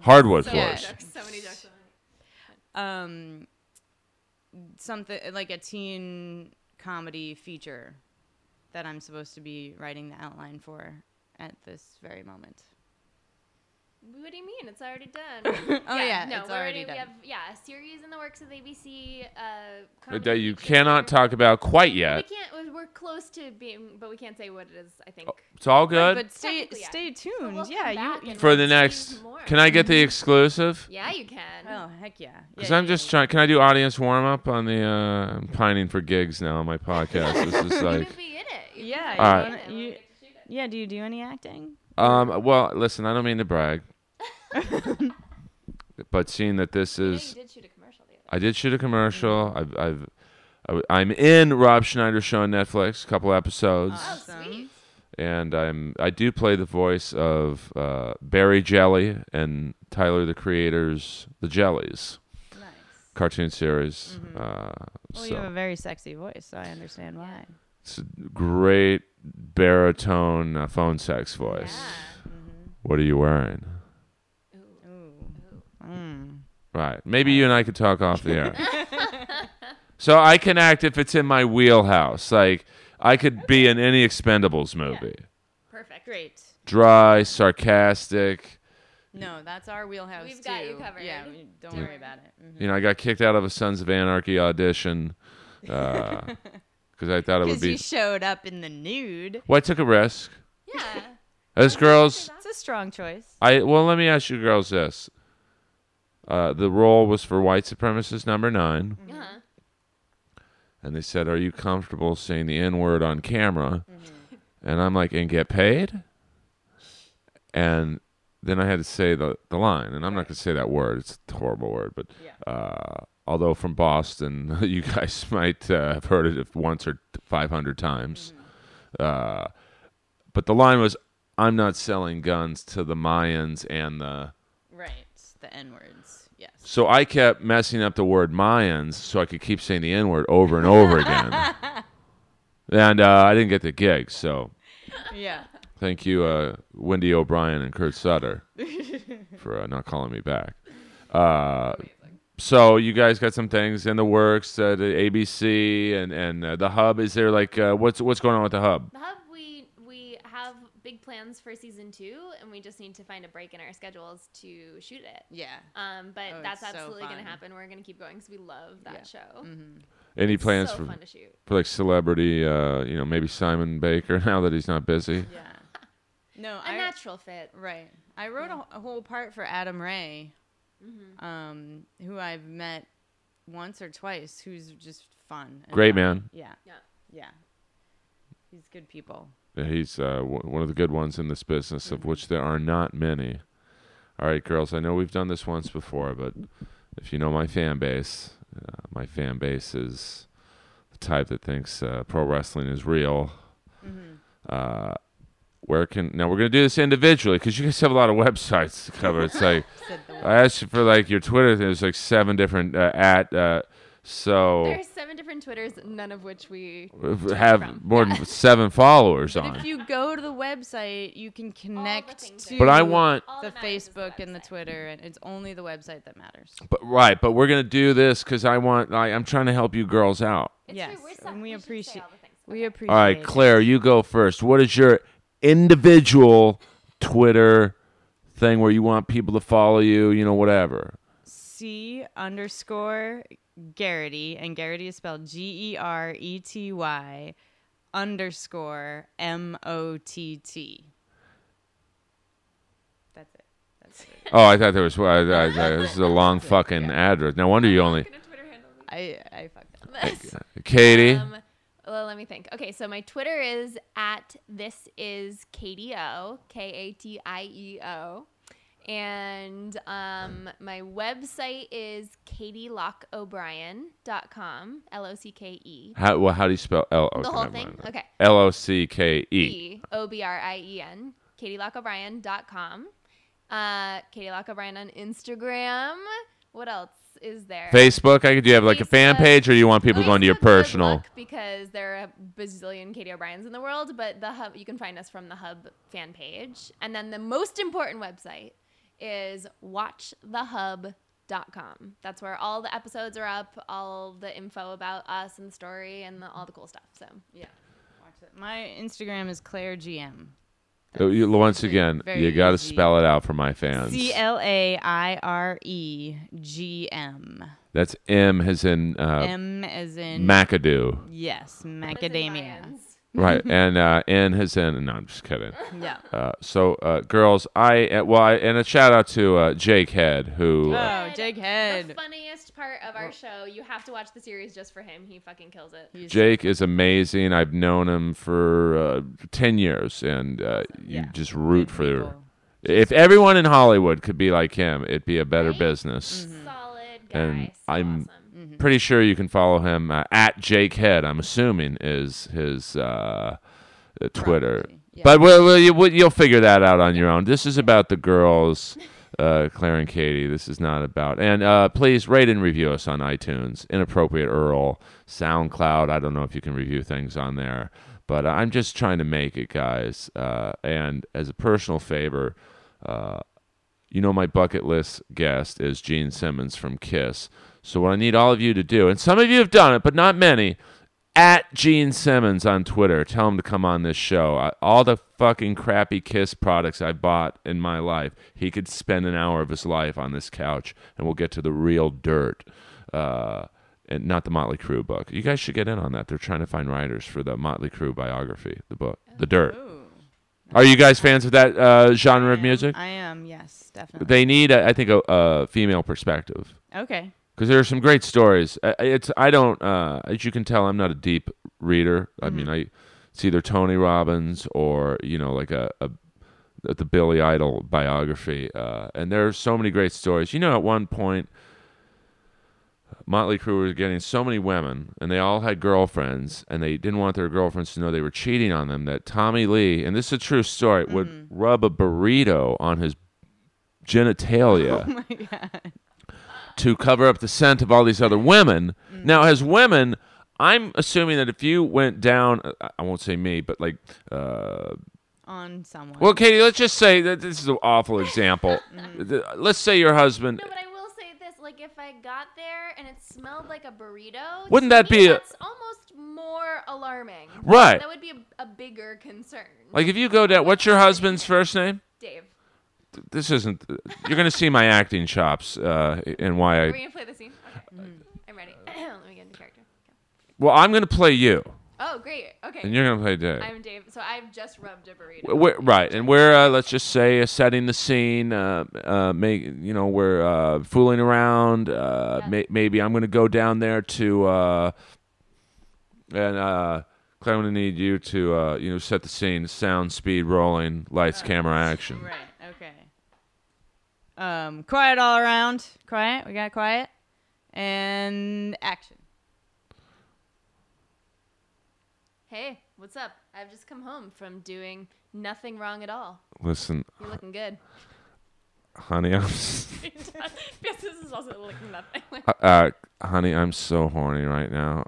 Speaker 1: Hardwood
Speaker 2: So,
Speaker 3: Yeah.
Speaker 2: many
Speaker 1: floors.
Speaker 2: jokes, so many jokes.
Speaker 3: um, something like a teen comedy feature that I'm supposed to be writing the outline for at this very moment.
Speaker 2: What do you mean? It's already
Speaker 3: *laughs*
Speaker 2: done. oh
Speaker 3: yeah,
Speaker 2: no,
Speaker 3: it's
Speaker 2: we're
Speaker 3: already
Speaker 2: We
Speaker 3: done.
Speaker 2: have yeah, a series in the works of ABC. Uh, comedy
Speaker 1: That you
Speaker 2: feature.
Speaker 1: cannot talk about quite
Speaker 2: We
Speaker 1: yet.
Speaker 2: can't. we- We're close to being, but we can't say what it is. I think.
Speaker 1: It's all good
Speaker 3: But stay
Speaker 2: Technically, yeah.
Speaker 3: stay
Speaker 2: But
Speaker 3: tuned.
Speaker 2: we'll come
Speaker 3: yeah,
Speaker 2: back
Speaker 3: you. you
Speaker 2: and
Speaker 1: for the
Speaker 2: Please
Speaker 1: next.
Speaker 2: more. Mm-hmm.
Speaker 1: Can I get the exclusive?
Speaker 2: Yeah, you can.
Speaker 3: oh heck yeah.
Speaker 1: Because
Speaker 3: Yeah,
Speaker 1: I'm
Speaker 3: yeah,
Speaker 1: just
Speaker 3: yeah.
Speaker 1: trying. Can I do audience warm up on the? Uh, I'm pining for gigs now on my podcast.
Speaker 2: *laughs*
Speaker 1: this is
Speaker 2: You
Speaker 1: like.
Speaker 2: could be in it. You
Speaker 3: Yeah.
Speaker 1: All
Speaker 3: you
Speaker 1: right.
Speaker 3: wanna- you- yeah. Do you do any acting?
Speaker 1: Um. Well, listen. I don't mean to
Speaker 2: *laughs*
Speaker 1: brag. but seeing that this
Speaker 2: know
Speaker 1: is
Speaker 2: you did Mm-hmm. shoot a commercial the other.
Speaker 1: I did shoot a commercial. I've, I've, I- I'm in Rob Schneider's show on Netflix, a couple episodes,
Speaker 2: Oh,
Speaker 3: Awesome.
Speaker 2: sweet.
Speaker 1: and I'm I do play the voice of uh, Barry Jelly and Tyler the Creator's The Jellies
Speaker 3: Nice.
Speaker 1: cartoon series. Uh,
Speaker 3: Well, you have a
Speaker 1: so
Speaker 3: very sexy voice, so I understand why.
Speaker 1: it's a great baritone uh, phone sex voice.
Speaker 3: Mm-hmm.
Speaker 1: What are you wearing?
Speaker 2: Yeah. Ooh.
Speaker 3: Ooh.
Speaker 2: Ooh.
Speaker 3: Mm.
Speaker 1: Right. Maybe you and I could talk off the air. so I can act if it's in my wheelhouse. Like I could be in any Expendables movie.
Speaker 2: Perfect.
Speaker 3: Great.
Speaker 1: Dry, sarcastic.
Speaker 3: No, that's our wheelhouse.
Speaker 2: We've got you
Speaker 3: too.
Speaker 2: covered.
Speaker 3: Yeah, we- don't worry about it. Mhm.
Speaker 1: You know, I got kicked out of a Sons of Anarchy audition because I thought it would
Speaker 3: Because
Speaker 1: be.
Speaker 3: you showed up in the nude.
Speaker 1: well, I took a risk.
Speaker 2: Yeah.
Speaker 1: As girls,
Speaker 3: It's a strong choice.
Speaker 1: I well, let me ask you girls this. Uh, the role was for white supremacist number nine,
Speaker 2: Uh-huh.
Speaker 1: and they said, "Are you comfortable saying the N word on camera?" And I'm like, "And get paid?" And then I had to say the the line, and I'm not going to say that word. It's a horrible word, but
Speaker 3: Yeah.
Speaker 1: uh, although from Boston, *laughs* you guys might uh, have heard it once or 500 times. Uh, but the line was, "I'm not selling guns to the Mayans and the."
Speaker 3: Right. The N words. Yes.
Speaker 1: So I kept messing up the word Mayans, so I could keep saying the N word over and over again. And uh, I didn't get the gig, so
Speaker 3: Yeah.
Speaker 1: thank you, uh, Wendy O'Brien and Kurt
Speaker 2: *laughs*
Speaker 1: Sutter, for uh, not calling me back. Uh, so you guys got some things in the works, uh, the ABC and and uh, the Hub. Is there like uh, what's what's going on with the Hub?
Speaker 2: The hub we we have big plans for season two, and we just need to find a break in our schedules to shoot it.
Speaker 3: Yeah.
Speaker 2: Um, but
Speaker 3: Oh,
Speaker 2: that's
Speaker 3: it's so
Speaker 2: absolutely gonna
Speaker 3: fun. Mm.
Speaker 2: happen. We're gonna keep going because we love that show.
Speaker 3: Mm-hmm.
Speaker 1: Any plans
Speaker 2: so
Speaker 1: for
Speaker 2: fun to shoot.
Speaker 1: for like celebrity? Uh, you know, maybe Simon Baker *laughs* now that he's not busy.
Speaker 3: *laughs* Yeah. No,
Speaker 2: A
Speaker 3: I
Speaker 2: natural fit.
Speaker 3: right. I wrote a, a whole part for Adam Ray,
Speaker 2: Mm-hmm.
Speaker 3: um, who I've met once or twice, who's just fun. and
Speaker 1: Great
Speaker 3: funny.
Speaker 1: man.
Speaker 3: Yeah.
Speaker 2: Yeah.
Speaker 3: Yeah. He's good people.
Speaker 1: He's uh, w- one of the good ones in this business, of which there are not many. All right, girls, I know we've done this once before, but if you know my fan base, uh, my fan base is the type that thinks uh, pro wrestling is real.
Speaker 3: Mm-hmm.
Speaker 1: Uh, where can now we're gonna do this individually because you guys have a lot of websites to cover. It's
Speaker 3: *laughs*
Speaker 1: like
Speaker 3: Said the
Speaker 1: I asked you for like your Twitter. There's like seven different uh, at. Uh, so
Speaker 2: There's seven different Twitters, none of which we
Speaker 1: have
Speaker 2: from.
Speaker 1: more than seven followers
Speaker 3: But if
Speaker 1: on.
Speaker 3: you go to the website, you can connect
Speaker 2: things
Speaker 3: to.
Speaker 2: are-
Speaker 1: But I want
Speaker 2: All
Speaker 3: the
Speaker 2: that matters is the
Speaker 3: Facebook and the
Speaker 2: website.
Speaker 3: Twitter, and it's only the website that matters.
Speaker 1: But right, but we're gonna do this because I want. Like, I'm trying to help you girls out.
Speaker 2: It's
Speaker 3: yes,
Speaker 2: true. We're sub-
Speaker 3: and we,
Speaker 2: we should say
Speaker 3: appreciate.
Speaker 2: all the things.
Speaker 3: We appreciate.
Speaker 1: All right,
Speaker 3: it.
Speaker 1: Claire, you go first. What is your individual Twitter thing where you want people to follow you? You know, whatever.
Speaker 3: C underscore Garrity, and Garrity is spelled G E R E T Y underscore M O T T. That's it.
Speaker 1: *laughs*
Speaker 3: That's it.
Speaker 1: Oh, I thought there was. I, I, I, this is a long fucking address. No wonder you only.
Speaker 2: Gonna Twitter handle
Speaker 3: *laughs* I, I fucked up.
Speaker 2: this.
Speaker 1: Katie.
Speaker 2: Um, well, let me think. Okay, so my Twitter is at this is Katie O, K A T I E O. And um, my website is katielockobrien.com, L O C K E.
Speaker 1: How well? How do you spell L?
Speaker 2: The whole thing? Okay.
Speaker 1: L O C K E.
Speaker 2: E O B R I E N, katielockO'Brien.com. Uh, Katie Lock O'Brien on Instagram. What else is there?
Speaker 1: Facebook. I could. Do you have like a fan
Speaker 2: Facebook.
Speaker 1: page, or you want people going to your
Speaker 2: Facebook, good
Speaker 1: personal?
Speaker 2: luck, because there are a bazillion Katie O'Briens in the world, but the hub you can find us from the hub fan page. And then the most important website is watchthehub.com. That's where all the episodes are up, all the info about us and the story and the, all the cool stuff. So
Speaker 3: Yeah. Watch that. My Instagram is Claire GM.
Speaker 1: Uh, you- Once again,
Speaker 3: very
Speaker 1: you got to
Speaker 3: easy.
Speaker 1: spell it out for my fans.
Speaker 3: C L A I R E G M.
Speaker 1: That's M as in uh,
Speaker 3: M as in
Speaker 1: McAdoo.
Speaker 3: yes, macadamia.
Speaker 2: Brian's.
Speaker 3: *laughs*
Speaker 1: right. And uh, N as in. No, I'm just kidding.
Speaker 3: Yeah.
Speaker 1: Uh, so, uh, girls, I. Uh, well, I, and a shout out to uh, Jake Head, who. Uh,
Speaker 3: Oh, Jake
Speaker 2: The
Speaker 3: Head.
Speaker 2: funniest part of our show. You have to watch the series just for him. He fucking kills it.
Speaker 3: He's-
Speaker 1: Jake is amazing. I've known him for uh, 10 years, and uh, you
Speaker 3: Yeah.
Speaker 1: just root
Speaker 3: Good
Speaker 1: for.
Speaker 3: people.
Speaker 1: If everyone in Hollywood could be like him, it'd be a better
Speaker 2: Right?
Speaker 1: business.
Speaker 2: Solid guy.
Speaker 1: And
Speaker 2: so
Speaker 1: I'm-
Speaker 2: awesome.
Speaker 3: Mm-hmm.
Speaker 1: Pretty sure you can follow him uh, at Jake Head. I'm assuming is his uh, uh, Twitter,
Speaker 3: Probably, yeah.
Speaker 1: but we'll, we'll, you, we'll, you'll figure that out on your own. This is about the girls, uh, Claire and Katie. This is not about. And uh, please rate and review us on iTunes. Inappropriate Earl, SoundCloud. I don't know if you can review things on there, but I'm just trying to make it, guys. Uh, and as a personal favor. Uh, you know my bucket list guest is Gene Simmons from Kiss. So what I need all of you to do, and some of you have done it, but not many, at Gene Simmons on Twitter, tell him to come on this show. I, all the fucking crappy Kiss products I bought in my life, he could spend an hour of his life on this couch, and we'll get to the real dirt. Uh, and not the Motley Crue book. You guys should get in on that. They're trying to find writers for the Motley Crue biography, the book, The Dirt.
Speaker 3: Ooh.
Speaker 1: Are you guys fans of that uh, genre of music?
Speaker 3: I am, yes, definitely.
Speaker 1: they need a, i think a, a female perspective
Speaker 3: okay.
Speaker 1: because there are some great stories I- I- it's i don't uh, as you can tell i'm not a deep reader i mean i it's either tony robbins or you know like a, a the billy idol biography uh, and there are so many great stories you know at one point Motley Crue was getting so many women, and they all had girlfriends, and they didn't want their girlfriends to know they were cheating on them. That Tommy Lee, and this is a true story, would rub a burrito on his genitalia to cover up the scent of all these other women. Now, as women, I'm assuming that if you went down, uh, I- I won't say me, but like, uh,
Speaker 3: On someone.
Speaker 1: well, Katie, let's just say that this is an awful example. Th- Let's say your husband.
Speaker 2: No, but I will say this: like, if I got there and it smelled like a burrito,
Speaker 1: Wouldn't
Speaker 2: to
Speaker 1: that
Speaker 2: me,
Speaker 1: be a-
Speaker 2: That's almost more alarming.
Speaker 1: Right.
Speaker 2: That would be a, a bigger concern.
Speaker 1: Like, if you go down, what's your husband's first name?
Speaker 2: Dave,
Speaker 1: this isn't. You're going to see my acting chops uh, and why
Speaker 2: are we
Speaker 1: I.
Speaker 2: gonna play the scene? Okay. I'm ready. *clears throat* Let me get into character. Okay.
Speaker 1: Well, I'm going to play you,
Speaker 2: Oh, great. Okay.
Speaker 1: and you're going to play Dave.
Speaker 2: I'm Dave. So I've just rubbed a burrito.
Speaker 1: We're, right, and we're uh, let's just say uh, setting the scene. Uh, uh, make you know we're uh, fooling around. Uh,
Speaker 2: Yeah.
Speaker 1: may, maybe I'm going to go down there to. Uh, and uh, Claire, I'm going to need you to uh, you know set the scene. Sound, speed, rolling, lights, camera, action.
Speaker 3: Right. Okay. Um, quiet all around. Quiet. We got quiet. And action.
Speaker 2: Hey, what's up? I've just come home from doing nothing wrong at all.
Speaker 1: Listen,
Speaker 2: You're looking *laughs* good.
Speaker 1: honey, I'm.
Speaker 2: *laughs* yes, this is also looking nothing.
Speaker 1: uh, honey, I'm so horny right now.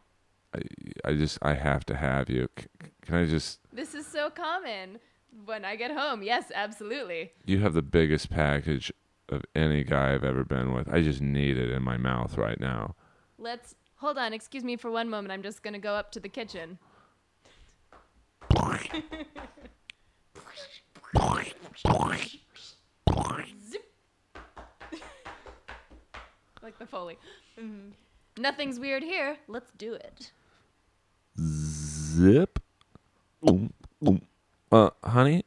Speaker 1: I, I just I have to have you. C- can I just?
Speaker 2: This is so common. When I get home, yes, absolutely.
Speaker 1: You have the biggest package of any guy I've ever been with. I just need it in my mouth right now.
Speaker 2: Let's hold on. Excuse me for one moment. I'm just gonna go up to the kitchen. Zip. like the foley. Nothing's weird here. Mm-hmm. Let's do it.
Speaker 1: Zip. Boom, boom. Uh, honey,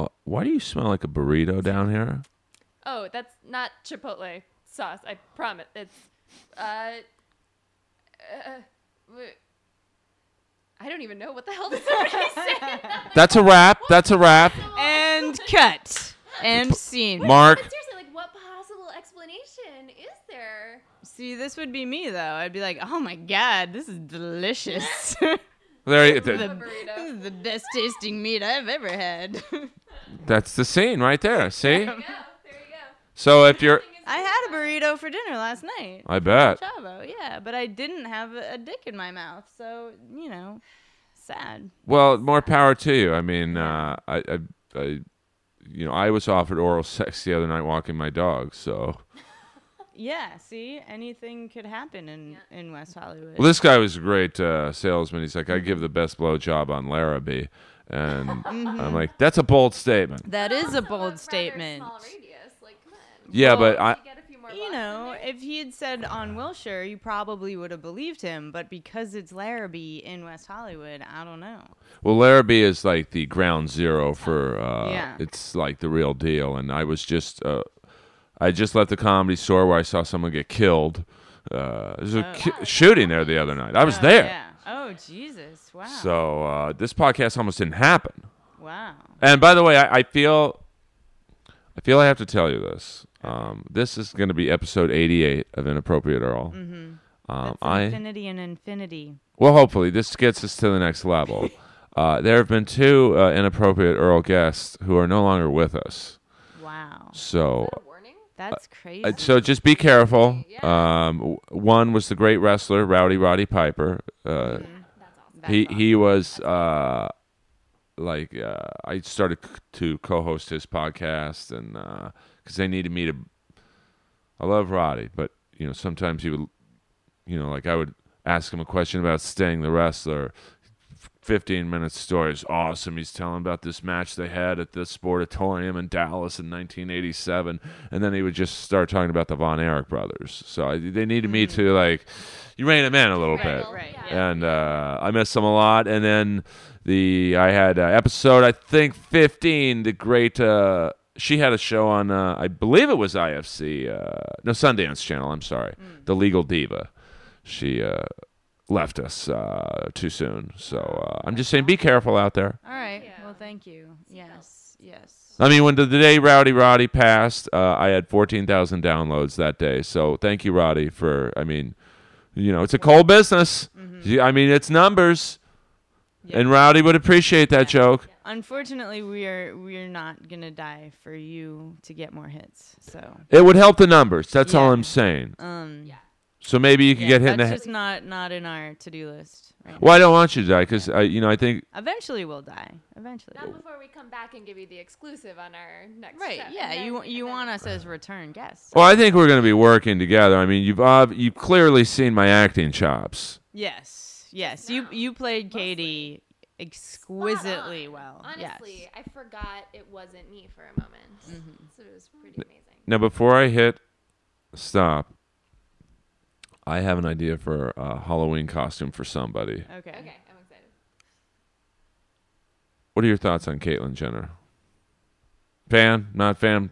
Speaker 1: uh, why do you smell like a burrito down here?
Speaker 2: Oh, that's not chipotle sauce. I promise. It's uh, uh w- I don't even know what the hell *laughs* this somebody saying.
Speaker 1: That's a wrap. That's a wrap. *laughs*
Speaker 3: And cut. And scene.
Speaker 1: Mark.
Speaker 2: Seriously, like what possible explanation is there?
Speaker 3: See, this would be me though. I'd be like, "Oh my god, this is delicious. *laughs*
Speaker 1: There you,
Speaker 2: A
Speaker 1: th-
Speaker 3: this *laughs*
Speaker 2: burrito.
Speaker 3: is the best tasting meat I've ever had." *laughs*
Speaker 1: that's the scene right there. See?
Speaker 2: There you go. There you go.
Speaker 1: So if you're.
Speaker 2: Thing is-
Speaker 3: I had a burrito for dinner last night.
Speaker 1: I bet.
Speaker 3: Chavo, yeah, but I didn't have a a dick in my mouth, so you know, sad.
Speaker 1: Well, more power to you. I mean, uh, I, I, I, you know, I was offered oral sex the other night walking my dog. So,
Speaker 3: Yeah, see, anything could happen in in West Hollywood.
Speaker 1: well, this guy was a great uh, salesman. He's like, I give the best blowjob on Larrabee,
Speaker 3: *laughs*
Speaker 1: and
Speaker 3: Mm-hmm.
Speaker 1: I'm like, that's a bold statement.
Speaker 3: that is a
Speaker 2: Also rather
Speaker 3: bold statement.
Speaker 2: Small radius. Like, come on.
Speaker 1: Yeah,
Speaker 3: Well,
Speaker 1: but I,
Speaker 2: You get a few more
Speaker 3: You
Speaker 2: blocks in
Speaker 3: know,
Speaker 2: there.
Speaker 3: if he had said on Wilshire, you probably would have believed him, but because it's Larrabee in West Hollywood, I don't know.
Speaker 1: well, Larrabee is like the ground zero for, uh,
Speaker 3: Yeah.
Speaker 1: it's like the real deal. And I was just, uh, I just left the comedy store where I saw someone get killed. Uh, there's a ki- shooting there the other night. I was
Speaker 3: Oh,
Speaker 1: there.
Speaker 3: Yeah. Oh Jesus! Wow.
Speaker 1: So uh, this podcast almost didn't happen.
Speaker 3: wow.
Speaker 1: And by the way, I, I feel, I feel I have to tell you this. Um, this is going to be episode eighty-eight of Inappropriate Earl. Mm-hmm. Um,
Speaker 3: That's
Speaker 1: I
Speaker 3: infinity and infinity.
Speaker 1: well, hopefully this gets us to the next level. uh, there have been two uh, Inappropriate Earl guests who are no longer with us.
Speaker 3: Wow.
Speaker 1: So,
Speaker 2: A warning.
Speaker 3: That's crazy.
Speaker 1: uh, so just be careful. Um, w- one was the great wrestler Rowdy Roddy Piper. Uh,
Speaker 2: That's awesome.
Speaker 3: That's
Speaker 1: he
Speaker 3: awesome.
Speaker 1: he was uh like uh i started c- to co-host his podcast and uh because they needed me to i love roddy but you know sometimes he would you know like i would ask him a question about staying the wrestler 15 minute story is awesome he's telling about this match they had at this sportatorium in dallas in 1987 and then he would just start talking about the von erich brothers so I, they needed me to like you rein him in a little bit
Speaker 2: Well,
Speaker 3: Right,
Speaker 2: yeah.
Speaker 1: and uh, I missed them a lot. And then the I had uh, episode I think fifteen. The great uh, she had a show on uh, I believe it was IFC uh, no Sundance Channel. I'm sorry, the Legal Diva. She uh, left us uh, too soon. So uh, I'm just saying, be careful out there.
Speaker 3: All right.
Speaker 2: Yeah.
Speaker 3: Well, thank you. Yes. Yes.
Speaker 1: I mean, when the, the day Rowdy Roddy passed, uh, I had 14,000 downloads that day. So thank you, Roddy, for, I mean, you know, it's a cold business. You- I mean, it's numbers.
Speaker 3: Mm-hmm. Yeah.
Speaker 1: And Rowdy would appreciate that joke.
Speaker 3: Unfortunately, we are we are not gonna die for you to get more hits. So
Speaker 1: It would help the numbers. That's all
Speaker 3: Yeah.
Speaker 1: I'm saying.
Speaker 3: um, yeah,
Speaker 1: So maybe you could get hit in the
Speaker 3: that's
Speaker 1: head.
Speaker 3: just not not in our to do list. Right.
Speaker 1: Well, I don't want you to die because, you know, I think,
Speaker 3: now. Eventually, we'll die. Eventually.
Speaker 2: Not before we come back and give you the exclusive on our next.
Speaker 3: Right.
Speaker 2: show.
Speaker 3: Yeah.
Speaker 2: And
Speaker 3: You
Speaker 2: then-
Speaker 3: you
Speaker 2: and then-
Speaker 3: want us as return guests.
Speaker 1: well, I think we're going to be working together. I mean, you've, ob- you've clearly seen my acting chops.
Speaker 3: Yes. Yes. You you played Katie exquisitely well.
Speaker 2: Honestly,
Speaker 3: Yes. Mm-hmm.
Speaker 2: I forgot it wasn't me for a moment. So it was pretty amazing.
Speaker 1: Now, before I hit stop, I have an idea for a Halloween costume for somebody.
Speaker 3: Okay.
Speaker 2: Okay, I'm excited.
Speaker 1: What are your thoughts on Caitlyn Jenner? Fan, not fan,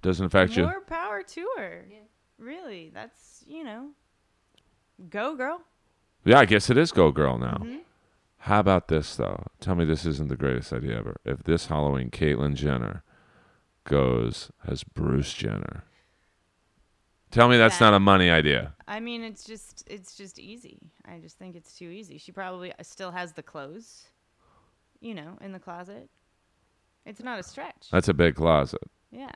Speaker 1: doesn't affect you.
Speaker 3: More power to her. Really, that's you know, go girl.
Speaker 1: Yeah, I guess it is Go Girl now.
Speaker 3: Mm-hmm.
Speaker 1: How about this though? Tell me this isn't the greatest idea ever. If this Halloween Caitlyn Jenner goes as Bruce Jenner, tell me that's
Speaker 3: That-
Speaker 1: not a money idea.
Speaker 3: I mean, it's just it's just easy. I just think it's too easy. She probably uh, still has the clothes, you know, in the closet. It's not a stretch.
Speaker 1: That's a big closet.
Speaker 3: yeah.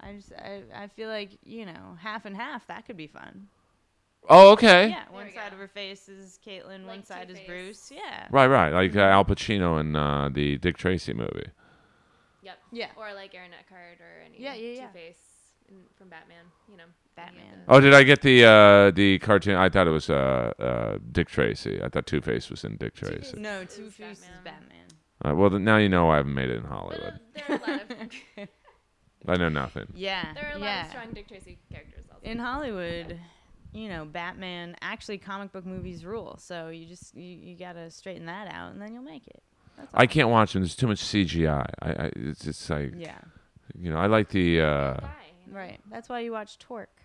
Speaker 3: I just I, I feel like you know half and half that could be fun.
Speaker 1: Oh, okay.
Speaker 3: Yeah, one
Speaker 2: we
Speaker 3: side
Speaker 2: go.
Speaker 3: of her face is Caitlyn, one
Speaker 2: Like
Speaker 3: side is
Speaker 2: Two-Face.
Speaker 3: Bruce. Yeah.
Speaker 1: Right, right. Like uh, Al Pacino in uh, the Dick Tracy movie.
Speaker 2: Yep.
Speaker 3: Yeah.
Speaker 2: Or like Aaron Eckhart or any
Speaker 3: Yeah, yeah, yeah.
Speaker 2: Two-Face in- from Batman, you know. any of
Speaker 3: Batman.
Speaker 2: the-
Speaker 1: Oh, did I get the uh, the cartoon? I thought it was uh, uh, Dick Tracy. I thought Two Face was in Dick
Speaker 2: Two-Face.
Speaker 1: Tracy.
Speaker 3: No,
Speaker 2: Is
Speaker 3: Two Face is
Speaker 2: Batman.
Speaker 3: Batman.
Speaker 1: Uh, well, then, now you know I haven't made it in
Speaker 2: But uh,
Speaker 1: Hollywood.
Speaker 2: there are a
Speaker 3: *laughs*
Speaker 2: lot of *laughs*
Speaker 1: I know nothing.
Speaker 3: Yeah.
Speaker 2: there are a lot
Speaker 3: yeah.
Speaker 2: of strong Dick Tracy characters also.
Speaker 3: in Hollywood, you know, Batman actually comic book movies rule. So you just you, you gotta straighten that out, and then you'll make it. That's all.
Speaker 1: I can't watch them. There's too much CGI. I, I it's it's like
Speaker 3: Yeah,
Speaker 1: you know I like the. Uh,
Speaker 2: Why?
Speaker 3: right. That's why you watch Torque.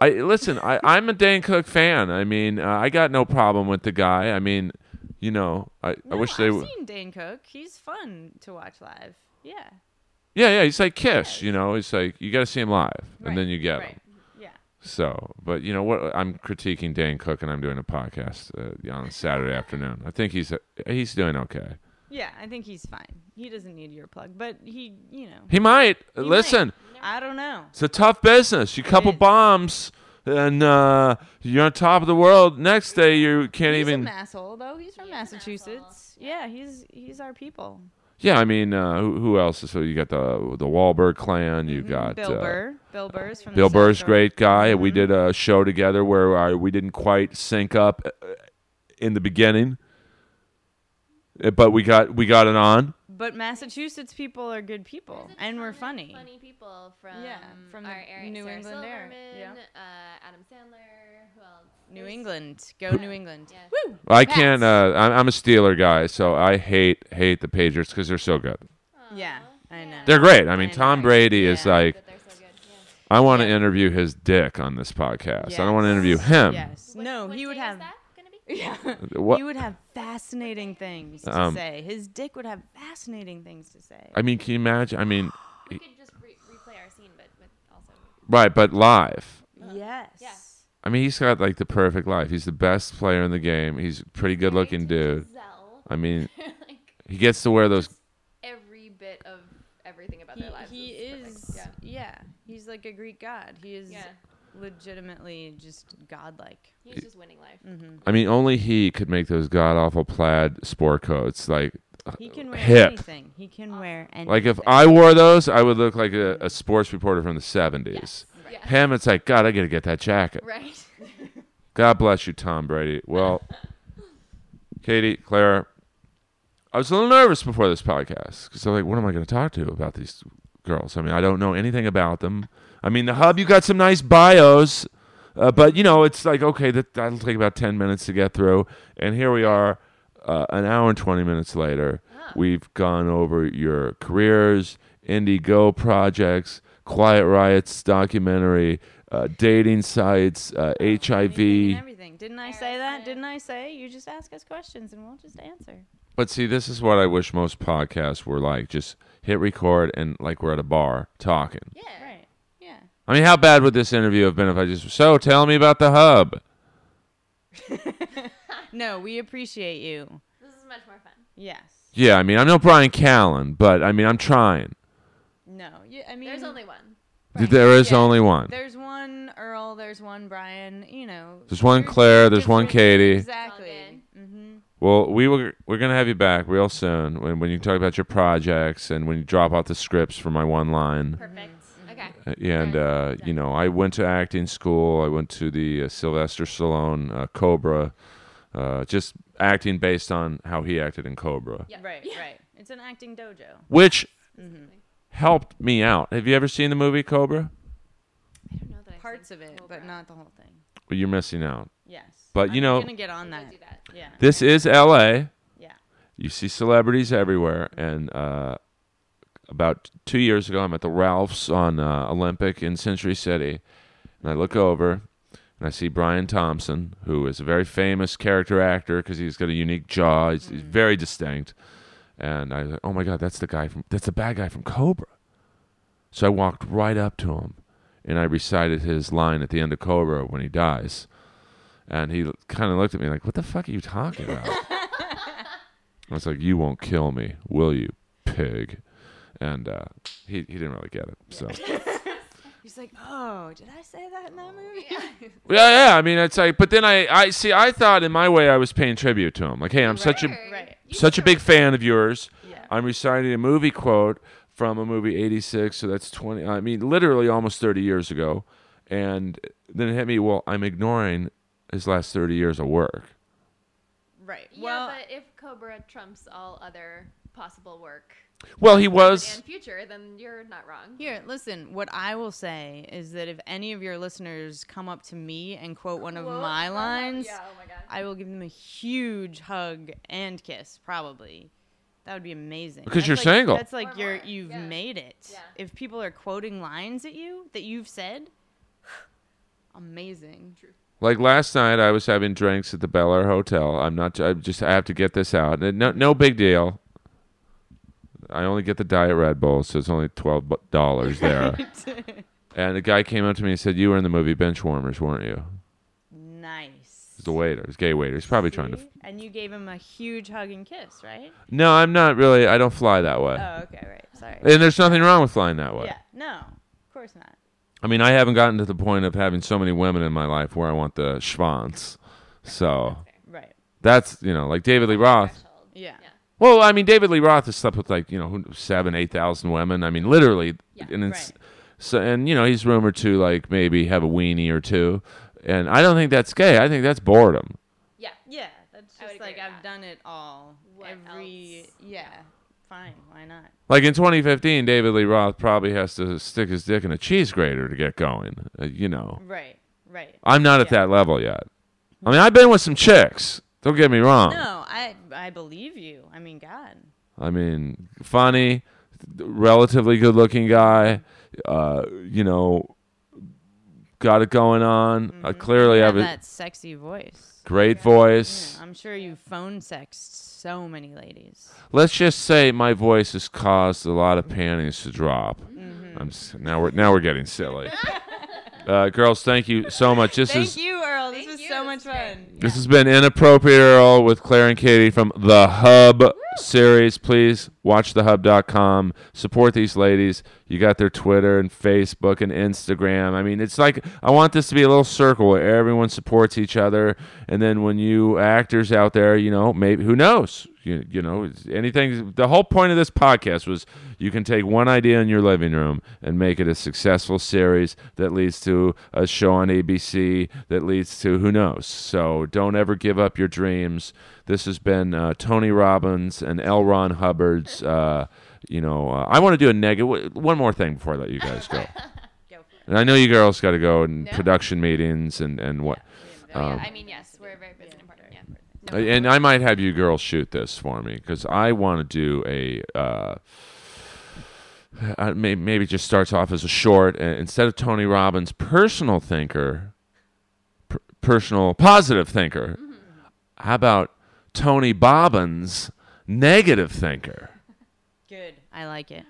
Speaker 1: I listen. I I'm a Dan Cook fan. I mean, uh, I got no problem with the guy. I mean, you know, I I
Speaker 3: No,
Speaker 1: wish they
Speaker 3: I've
Speaker 1: would.
Speaker 3: seen Dane Cook. He's fun to watch live. Yeah.
Speaker 1: Yeah, yeah. He's like Kiss. You know, it's like you got to see him live,
Speaker 3: Right,
Speaker 1: and then you get him.
Speaker 3: Right. Yeah.
Speaker 1: So, but you know what? I'm critiquing Dan Cook, and I'm doing a podcast uh, on Saturday afternoon. I think he's uh, he's doing okay.
Speaker 3: Yeah. I think he's fine. He doesn't need your plug, but he, you know,
Speaker 1: He might
Speaker 3: He
Speaker 1: listen.
Speaker 3: might. I don't know.
Speaker 1: It's a tough business. You couple
Speaker 3: is.
Speaker 1: bombs, and uh, you're on top of the world. Next day, you can't
Speaker 3: he's
Speaker 1: even.
Speaker 3: an asshole, though. He's from
Speaker 2: He is an
Speaker 3: Massachusetts. Yeah, he's he's our people.
Speaker 1: Yeah, I mean, uh, who, who else? So you got the the Wahlberg clan. You got
Speaker 3: Mm-hmm. Bill
Speaker 1: uh,
Speaker 3: Burr. Bill Burr's from. the Mm-hmm.
Speaker 1: Bill
Speaker 3: South
Speaker 1: Burr's
Speaker 3: Shore.
Speaker 1: great guy. We did a show together where I, we didn't quite sync up uh, in the beginning, Uh, but we got we got it on.
Speaker 3: But Massachusetts people are good people,
Speaker 2: There's a
Speaker 3: and we're
Speaker 2: ton of
Speaker 3: funny.
Speaker 2: Funny people from
Speaker 3: Yeah, from the
Speaker 2: our area,
Speaker 3: New
Speaker 2: Sarah
Speaker 3: England area.
Speaker 2: Silverman,
Speaker 3: Yeah.
Speaker 2: uh, Adam Sandler, who else?
Speaker 3: New
Speaker 2: There's-
Speaker 3: England, go New England.
Speaker 2: Yeah.
Speaker 3: Woo!
Speaker 1: I
Speaker 3: Pats.
Speaker 1: can't. Uh, I'm, I'm a Steeler guy, so I hate hate the Patriots because they're so good.
Speaker 2: Aw,
Speaker 3: Yeah, I know.
Speaker 1: They're great. I
Speaker 3: I
Speaker 1: mean,
Speaker 3: know.
Speaker 1: Tom Brady is
Speaker 3: Yeah.
Speaker 1: like.
Speaker 2: That they're so good. Yeah.
Speaker 1: I want to interview his dick on this podcast. I don't want to
Speaker 3: Yes.
Speaker 1: interview him.
Speaker 3: Yes.
Speaker 2: What-
Speaker 3: no,
Speaker 2: what
Speaker 3: he would
Speaker 2: day is
Speaker 3: have.
Speaker 2: that gonna be?
Speaker 3: *laughs* Yeah.
Speaker 1: What-
Speaker 3: He would have fascinating things to
Speaker 1: Um,
Speaker 3: say. His dick would have fascinating things to say.
Speaker 1: I mean, can you imagine? I mean,
Speaker 2: *laughs* We could just re- replay our scene, but with also.
Speaker 1: right, but live.
Speaker 3: yes.
Speaker 2: Yeah.
Speaker 1: I mean, he's got like the perfect life. He's the best player in the game. He's a pretty good looking dude.
Speaker 2: Giselle, *laughs*
Speaker 1: I mean,
Speaker 2: like
Speaker 1: he gets to wear those.
Speaker 2: every bit of everything about
Speaker 3: He,
Speaker 2: their lives.
Speaker 3: he
Speaker 2: perfect.
Speaker 3: is.
Speaker 2: Yeah.
Speaker 3: Yeah. He's like a Greek god. He is
Speaker 2: Yeah.
Speaker 3: legitimately just godlike.
Speaker 2: He's just winning life.
Speaker 1: I mean, only he could make those god awful plaid sport coats. Like,
Speaker 3: He can wear
Speaker 1: Uh, Hip.
Speaker 3: anything. He can wear anything.
Speaker 1: like if I wore those, I would look like a, a sports reporter from the '70s.
Speaker 2: Yeah.
Speaker 1: Him, it's like God. I gotta get that jacket.
Speaker 2: Right. *laughs*
Speaker 1: God bless you, Tom Brady. Well, Katie, Clara, I was a little nervous before this podcast because I'm like, what am I going to talk to about these girls? I mean, I don't know anything about them. I mean, the hub, you got some nice bios, uh, but you know, it's like, okay, that, that'll take about 10 minutes to get through. And here we are, uh, an hour and 20 minutes later.
Speaker 2: Uh-huh.
Speaker 1: We've gone over your careers, Indiegogo projects, Quiet Riot's documentary, uh, dating sites, uh, HIV.
Speaker 3: Anything and everything. Didn't I say that?
Speaker 2: Parasite.
Speaker 3: Didn't I say? You just ask us questions and we'll just answer.
Speaker 1: But see, this is what I wish most podcasts were like. Just hit record and like we're at a bar talking.
Speaker 2: Yeah.
Speaker 3: Right. Yeah.
Speaker 2: *laughs*
Speaker 1: I mean, how bad would this interview have been if I just so tell me about the hub?
Speaker 3: No, we appreciate you.
Speaker 2: This is much more fun.
Speaker 3: Yes.
Speaker 1: Yeah, I mean, I'm no Brian Callen, but I mean, I'm trying.
Speaker 3: No. You, I mean,
Speaker 2: There's only one.
Speaker 1: There is
Speaker 3: yeah.
Speaker 1: only one.
Speaker 3: There's one Earl, there's one Brian, you know.
Speaker 1: There's one
Speaker 3: they're
Speaker 1: Claire, there's one
Speaker 3: different-
Speaker 1: Katie.
Speaker 3: Exactly. Mm-hmm.
Speaker 1: Well, we were we're gonna have you back real soon when when you talk about your projects and when you drop out the scripts for my one line.
Speaker 2: Perfect. Okay.
Speaker 1: and uh, you know I went to acting school. I went to the uh, Sylvester Stallone uh, Cobra, uh, just acting based on how he acted in Cobra,
Speaker 2: *laughs* Yeah.
Speaker 3: Right, right. It's an acting dojo. Mm-hmm.
Speaker 1: which helped me out. Have you ever seen the movie Cobra?
Speaker 2: I don't know that I've
Speaker 3: Parts
Speaker 2: seen
Speaker 3: of it,
Speaker 2: Cobra.
Speaker 3: but not the whole thing.
Speaker 1: Well, you're missing out.
Speaker 3: Yes.
Speaker 1: But, you
Speaker 3: I'm
Speaker 1: know-
Speaker 3: going to get on
Speaker 2: We'll
Speaker 3: that.
Speaker 2: do that.
Speaker 3: Yeah.
Speaker 1: This is L.A.
Speaker 3: Yeah.
Speaker 1: You see celebrities everywhere, and uh, about two years ago, I'm at the Ralphs on uh, Olympic in Century City, and I look over and I see Brian Thompson, who is a very famous character actor because he's got a unique jaw. He's, he's very distinct, and I was like, "Oh my God, that's the guy from that's the bad guy from Cobra." So I walked right up to him, and I recited his line at the end of Cobra when he dies, and he kind of looked at me like, "What the fuck are you talking about?" I was like, "You won't kill me, will you, pig?" And uh, he he didn't really get it. So,
Speaker 3: He's like, oh, did I say that in that movie? *laughs*
Speaker 1: Yeah, yeah. I mean, it's like, but then I, I see. I thought in my way I was paying tribute to him. Like, hey, I'm such a
Speaker 3: Right.
Speaker 2: You
Speaker 1: such a
Speaker 2: sound-
Speaker 1: big fan of yours.
Speaker 3: Yeah.
Speaker 1: I'm reciting a movie quote from a movie '86, so that's 20. I mean, literally almost 30 years ago. And then it hit me. Well, I'm ignoring his last 30 years of work.
Speaker 3: Right.
Speaker 2: Yeah,
Speaker 3: well,
Speaker 2: but if Cobra trumps all other possible work
Speaker 1: Well, he was.
Speaker 2: and future, then you're not wrong.
Speaker 3: Here, listen, what I will say is that if any of your listeners come up to me and quote one of
Speaker 2: Whoa.
Speaker 3: my lines,
Speaker 2: Yeah, oh my god.
Speaker 3: I will give them a huge hug and kiss, probably. That would be amazing.
Speaker 1: Because
Speaker 3: That's
Speaker 1: you're
Speaker 3: like-
Speaker 1: single.
Speaker 3: That's like
Speaker 2: Or
Speaker 3: you're
Speaker 2: more,
Speaker 3: you've
Speaker 2: yeah.
Speaker 3: made it.
Speaker 2: Yeah.
Speaker 3: If people are quoting lines at you that you've said, *sighs* amazing.
Speaker 1: Like last night, I was having drinks at the Bel Air Hotel. I'm not. I just. I have to get this out. No, no big deal. I only get the diet Red Bull, so it's only twelve bu- dollars
Speaker 3: *laughs*
Speaker 1: there. and the guy came up to me and said, "You were in the movie Benchwarmers, weren't you?"
Speaker 3: Nice.
Speaker 1: He's the waiter. He's a gay waiter. He's probably trying to. F-
Speaker 3: See? And you gave him a huge hug and kiss,
Speaker 1: *laughs*
Speaker 3: right?
Speaker 1: no, I'm not really. I don't fly that way.
Speaker 3: Oh, okay, right. Sorry.
Speaker 1: And there's nothing wrong with flying that way.
Speaker 3: Yeah. No, of course not.
Speaker 1: I mean, I haven't gotten to the point of having so many women in my life where I want the schwanz. So
Speaker 3: Right.
Speaker 1: that's you know, like David Lee Roth.
Speaker 2: Threshold.
Speaker 3: Yeah.
Speaker 2: Yeah.
Speaker 1: Well, I mean, David Lee Roth has slept with like you know who- seven, eight thousand women. I mean, literally,
Speaker 2: Yeah,
Speaker 1: and it's,
Speaker 3: right.
Speaker 1: so and you know he's rumored to like maybe have a weenie or two, and I don't think that's gay. I think that's boredom.
Speaker 2: Yeah.
Speaker 3: Yeah, that's
Speaker 2: I would
Speaker 3: just like
Speaker 2: agree with that.
Speaker 3: I've done it all.
Speaker 2: What
Speaker 3: Every
Speaker 2: else?
Speaker 3: yeah, fine. Why not?
Speaker 1: Like in 2015, David Lee Roth probably has to stick his dick in a cheese grater to get going. Uh, you know,
Speaker 3: Right, right.
Speaker 1: I'm not at
Speaker 3: Yeah.
Speaker 1: that level yet. I mean, I've been with some chicks. Don't get me wrong.
Speaker 3: No, I I believe you. I mean, God.
Speaker 1: I mean, funny, relatively good looking guy, uh, you know, got it going on. I clearly
Speaker 3: You
Speaker 1: have a
Speaker 3: Mm-hmm. that sexy voice.
Speaker 1: great voice.
Speaker 3: Yeah, I'm sure you phone sexed so many ladies.
Speaker 1: Let's just say my voice has caused a lot of panties to drop.
Speaker 3: Mm-hmm.
Speaker 1: I'm s now we're now we're getting
Speaker 3: *laughs*
Speaker 1: silly. uh, girls, thank you so much. This
Speaker 3: Thank
Speaker 1: is
Speaker 3: you, Earl. This
Speaker 2: Thank
Speaker 3: was
Speaker 2: you,
Speaker 3: so
Speaker 2: this
Speaker 3: much
Speaker 2: was great.
Speaker 3: fun.
Speaker 1: This has been Inappropriate Earl with Claire and Katie from The Hub series. Please watch thehub.com. Support these ladies. You got their Twitter and Facebook and Instagram. I mean, it's like I want this to be a little circle where everyone supports each other. And then when you actors out there, you know, maybe who knows? You, you know, it's anything. The whole point of this podcast was you can take one idea in your living room and make it a successful series that leads to a show on ABC that leads to who knows. So don't ever give up your dreams. This has been uh, Tony Robbins and L. Ron Hubbard's. Uh, you know, uh, I want to do a negative. One more thing before I let you guys
Speaker 2: *laughs*
Speaker 1: go.
Speaker 3: Go for it.
Speaker 1: And I know you girls got to go in
Speaker 2: No.
Speaker 1: production meetings and, and what.
Speaker 2: Oh, yeah.
Speaker 1: Um,
Speaker 2: I mean, yes, we're very busy and important. Yeah. No,
Speaker 1: Uh, And I might have you girls shoot this for me because I want to do a. Uh, uh, may- maybe just starts off as a short and instead of Tony Robbins, personal thinker, per- personal positive thinker.
Speaker 3: Mm-hmm.
Speaker 1: How about Tony Bobbins, negative thinker?
Speaker 3: Good. I like it.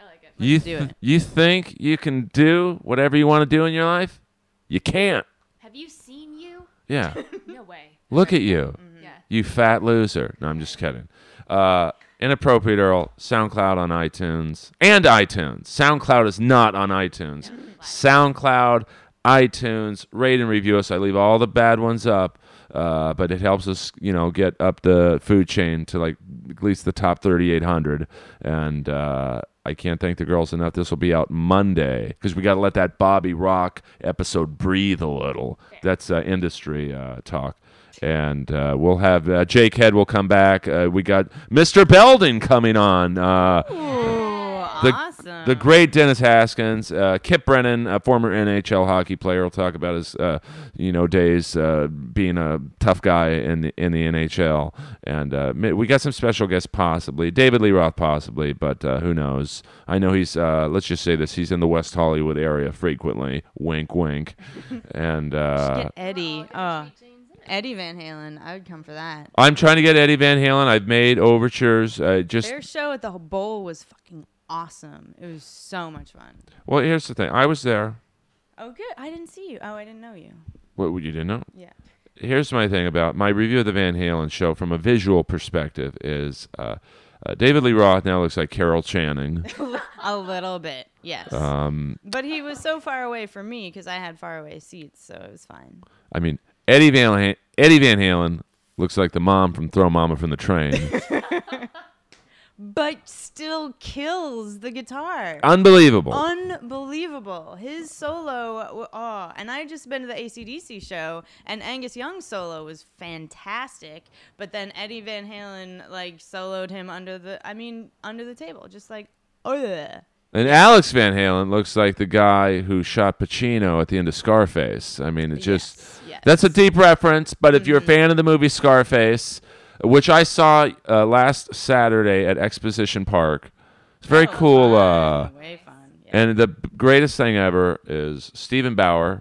Speaker 2: I like it.
Speaker 1: You
Speaker 3: do
Speaker 1: th-
Speaker 3: it.
Speaker 1: you think you can do whatever you want to do in your life? You can't.
Speaker 2: Have you seen *laughs* you?
Speaker 3: *laughs*
Speaker 1: Yeah,
Speaker 2: No way.
Speaker 1: look at you.
Speaker 2: Yeah.
Speaker 1: You fat loser. No, I'm just kidding. Uh, Inappropriate Earl, SoundCloud on iTunes and iTunes. SoundCloud is not on iTunes. SoundCloud, iTunes, rate and review us. I leave all the bad ones up, uh, but it helps us, you know, get up the food chain to like at least the top 3,800. And uh, I can't thank the girls enough. This will be out Monday because we got to let that Bobby Rock episode breathe a little. That's uh, industry uh, talk and uh, we'll have uh, Jake Head will come back. Uh, we got Mr. Belden coming on. Uh,
Speaker 3: Oh,
Speaker 1: The-
Speaker 3: awesome.
Speaker 1: the great Dennis Haskins, uh, Kip Brennan, a former NHL hockey player, will talk about his uh, you know days uh, being a tough guy in the, in the NHL, and uh, ma- we got some special guests possibly David Lee Roth possibly, but uh, who knows? I know he's uh, let's just say this he's in the West Hollywood area frequently. Wink, wink, and uh,
Speaker 3: Get Eddie.
Speaker 2: Oh,
Speaker 3: Oh,
Speaker 2: James Innes.
Speaker 3: Eddie Van Halen. I would come for that.
Speaker 1: I'm trying to get Eddie Van Halen. I've made overtures. Uh, just
Speaker 3: Their show at the Bowl was fucking awesome. It was so much fun.
Speaker 1: well, here's the thing. I was there.
Speaker 3: Oh, good. I didn't see you. Oh, I didn't know you.
Speaker 1: What you didn't know?
Speaker 3: Yeah.
Speaker 1: Here's my thing about my review of the Van Halen show from a visual perspective is uh, Uh, David Lee Roth now looks like Carol Channing.
Speaker 3: a little bit, yes.
Speaker 1: Um,
Speaker 3: but he was so far away from me because I had far away seats, so it was fine.
Speaker 1: I mean, Eddie Van ha- Eddie Van Halen looks like the mom from Throw Mama from the Train.
Speaker 3: But still kills the guitar.
Speaker 1: Unbelievable.
Speaker 3: Unbelievable. His solo, w- oh, and I just been to the ACDC show, and Angus Young's solo was fantastic. But then Eddie Van Halen like soloed him under the, I mean, under the table, just like, oh yeah.
Speaker 1: and Alex Van Halen looks like the guy who shot Pacino at the end of Scarface. I mean, it just
Speaker 3: yes.
Speaker 1: that's a deep reference. But if
Speaker 3: Mm-hmm.
Speaker 1: you're a fan of the movie Scarface, which I saw uh, last Saturday at Exposition Park, it's very cool. Uh,
Speaker 3: way fun. Oh, Yeah.
Speaker 1: And the b- greatest thing ever is Stephen Bauer.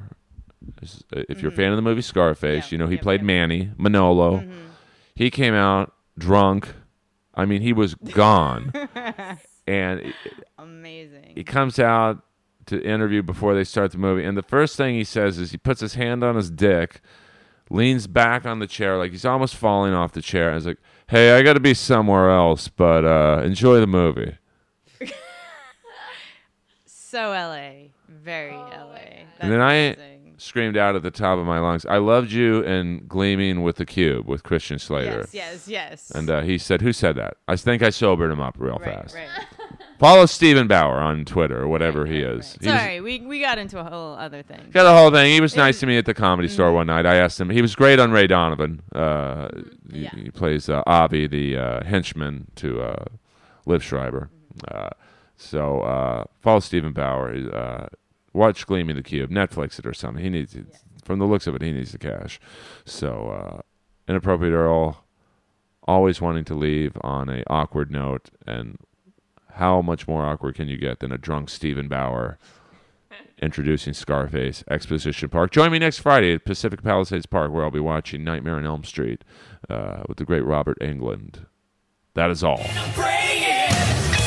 Speaker 1: is- uh, If you're a fan of the movie Scarface,
Speaker 3: Mm-hmm. Yeah,
Speaker 1: you know he
Speaker 3: yeah,
Speaker 1: played
Speaker 3: yeah. Mm-hmm.
Speaker 1: Manny Manolo. He came out drunk. I mean, he was
Speaker 3: *laughs*
Speaker 1: gone, and it,
Speaker 3: Amazing.
Speaker 1: he comes out to interview before they start the movie. And the first thing he says is he puts his hand on his dick, leans back on the chair like he's almost falling off the chair, and is like, "Hey, I got to be somewhere else, but uh, enjoy the movie."
Speaker 3: So LA, very LA. That's
Speaker 1: And then I-
Speaker 3: amazing.
Speaker 1: screamed out at the top of my lungs, "I loved you!" and gleaming with the cube with Christian Slater.
Speaker 3: Yes, yes, yes.
Speaker 1: And uh, he said, "Who said that?" I think I sobered him up real
Speaker 3: right,
Speaker 1: fast.
Speaker 3: right.
Speaker 1: Follow Steven Bauer on Twitter or whatever he is. He was-
Speaker 3: Sorry, we we got into a whole other thing. Mm-hmm.
Speaker 1: got the whole thing. He was nice to me at the comedy store one night. I asked him. He was great on Ray Donovan. Uh, he,
Speaker 3: Mm-hmm. Yeah.
Speaker 1: he plays uh, Avi, the uh, henchman to uh, Liv Schreiber.
Speaker 3: Mm-hmm.
Speaker 1: Uh, so uh, follow Stephen Bauer. Uh, watch Gleaming the Cube, Netflix it or something. He needs it. From the looks of it, he needs the cash. So uh, inappropriate Earl, always wanting to leave on a awkward note, and how much more awkward can you get than a drunk Stephen Bauer? introducing Scarface Exposition Park. Join me next Friday at Pacific Palisades Park, where I'll be watching Nightmare on Elm Street uh, with the great Robert England. That is all.
Speaker 5: praying.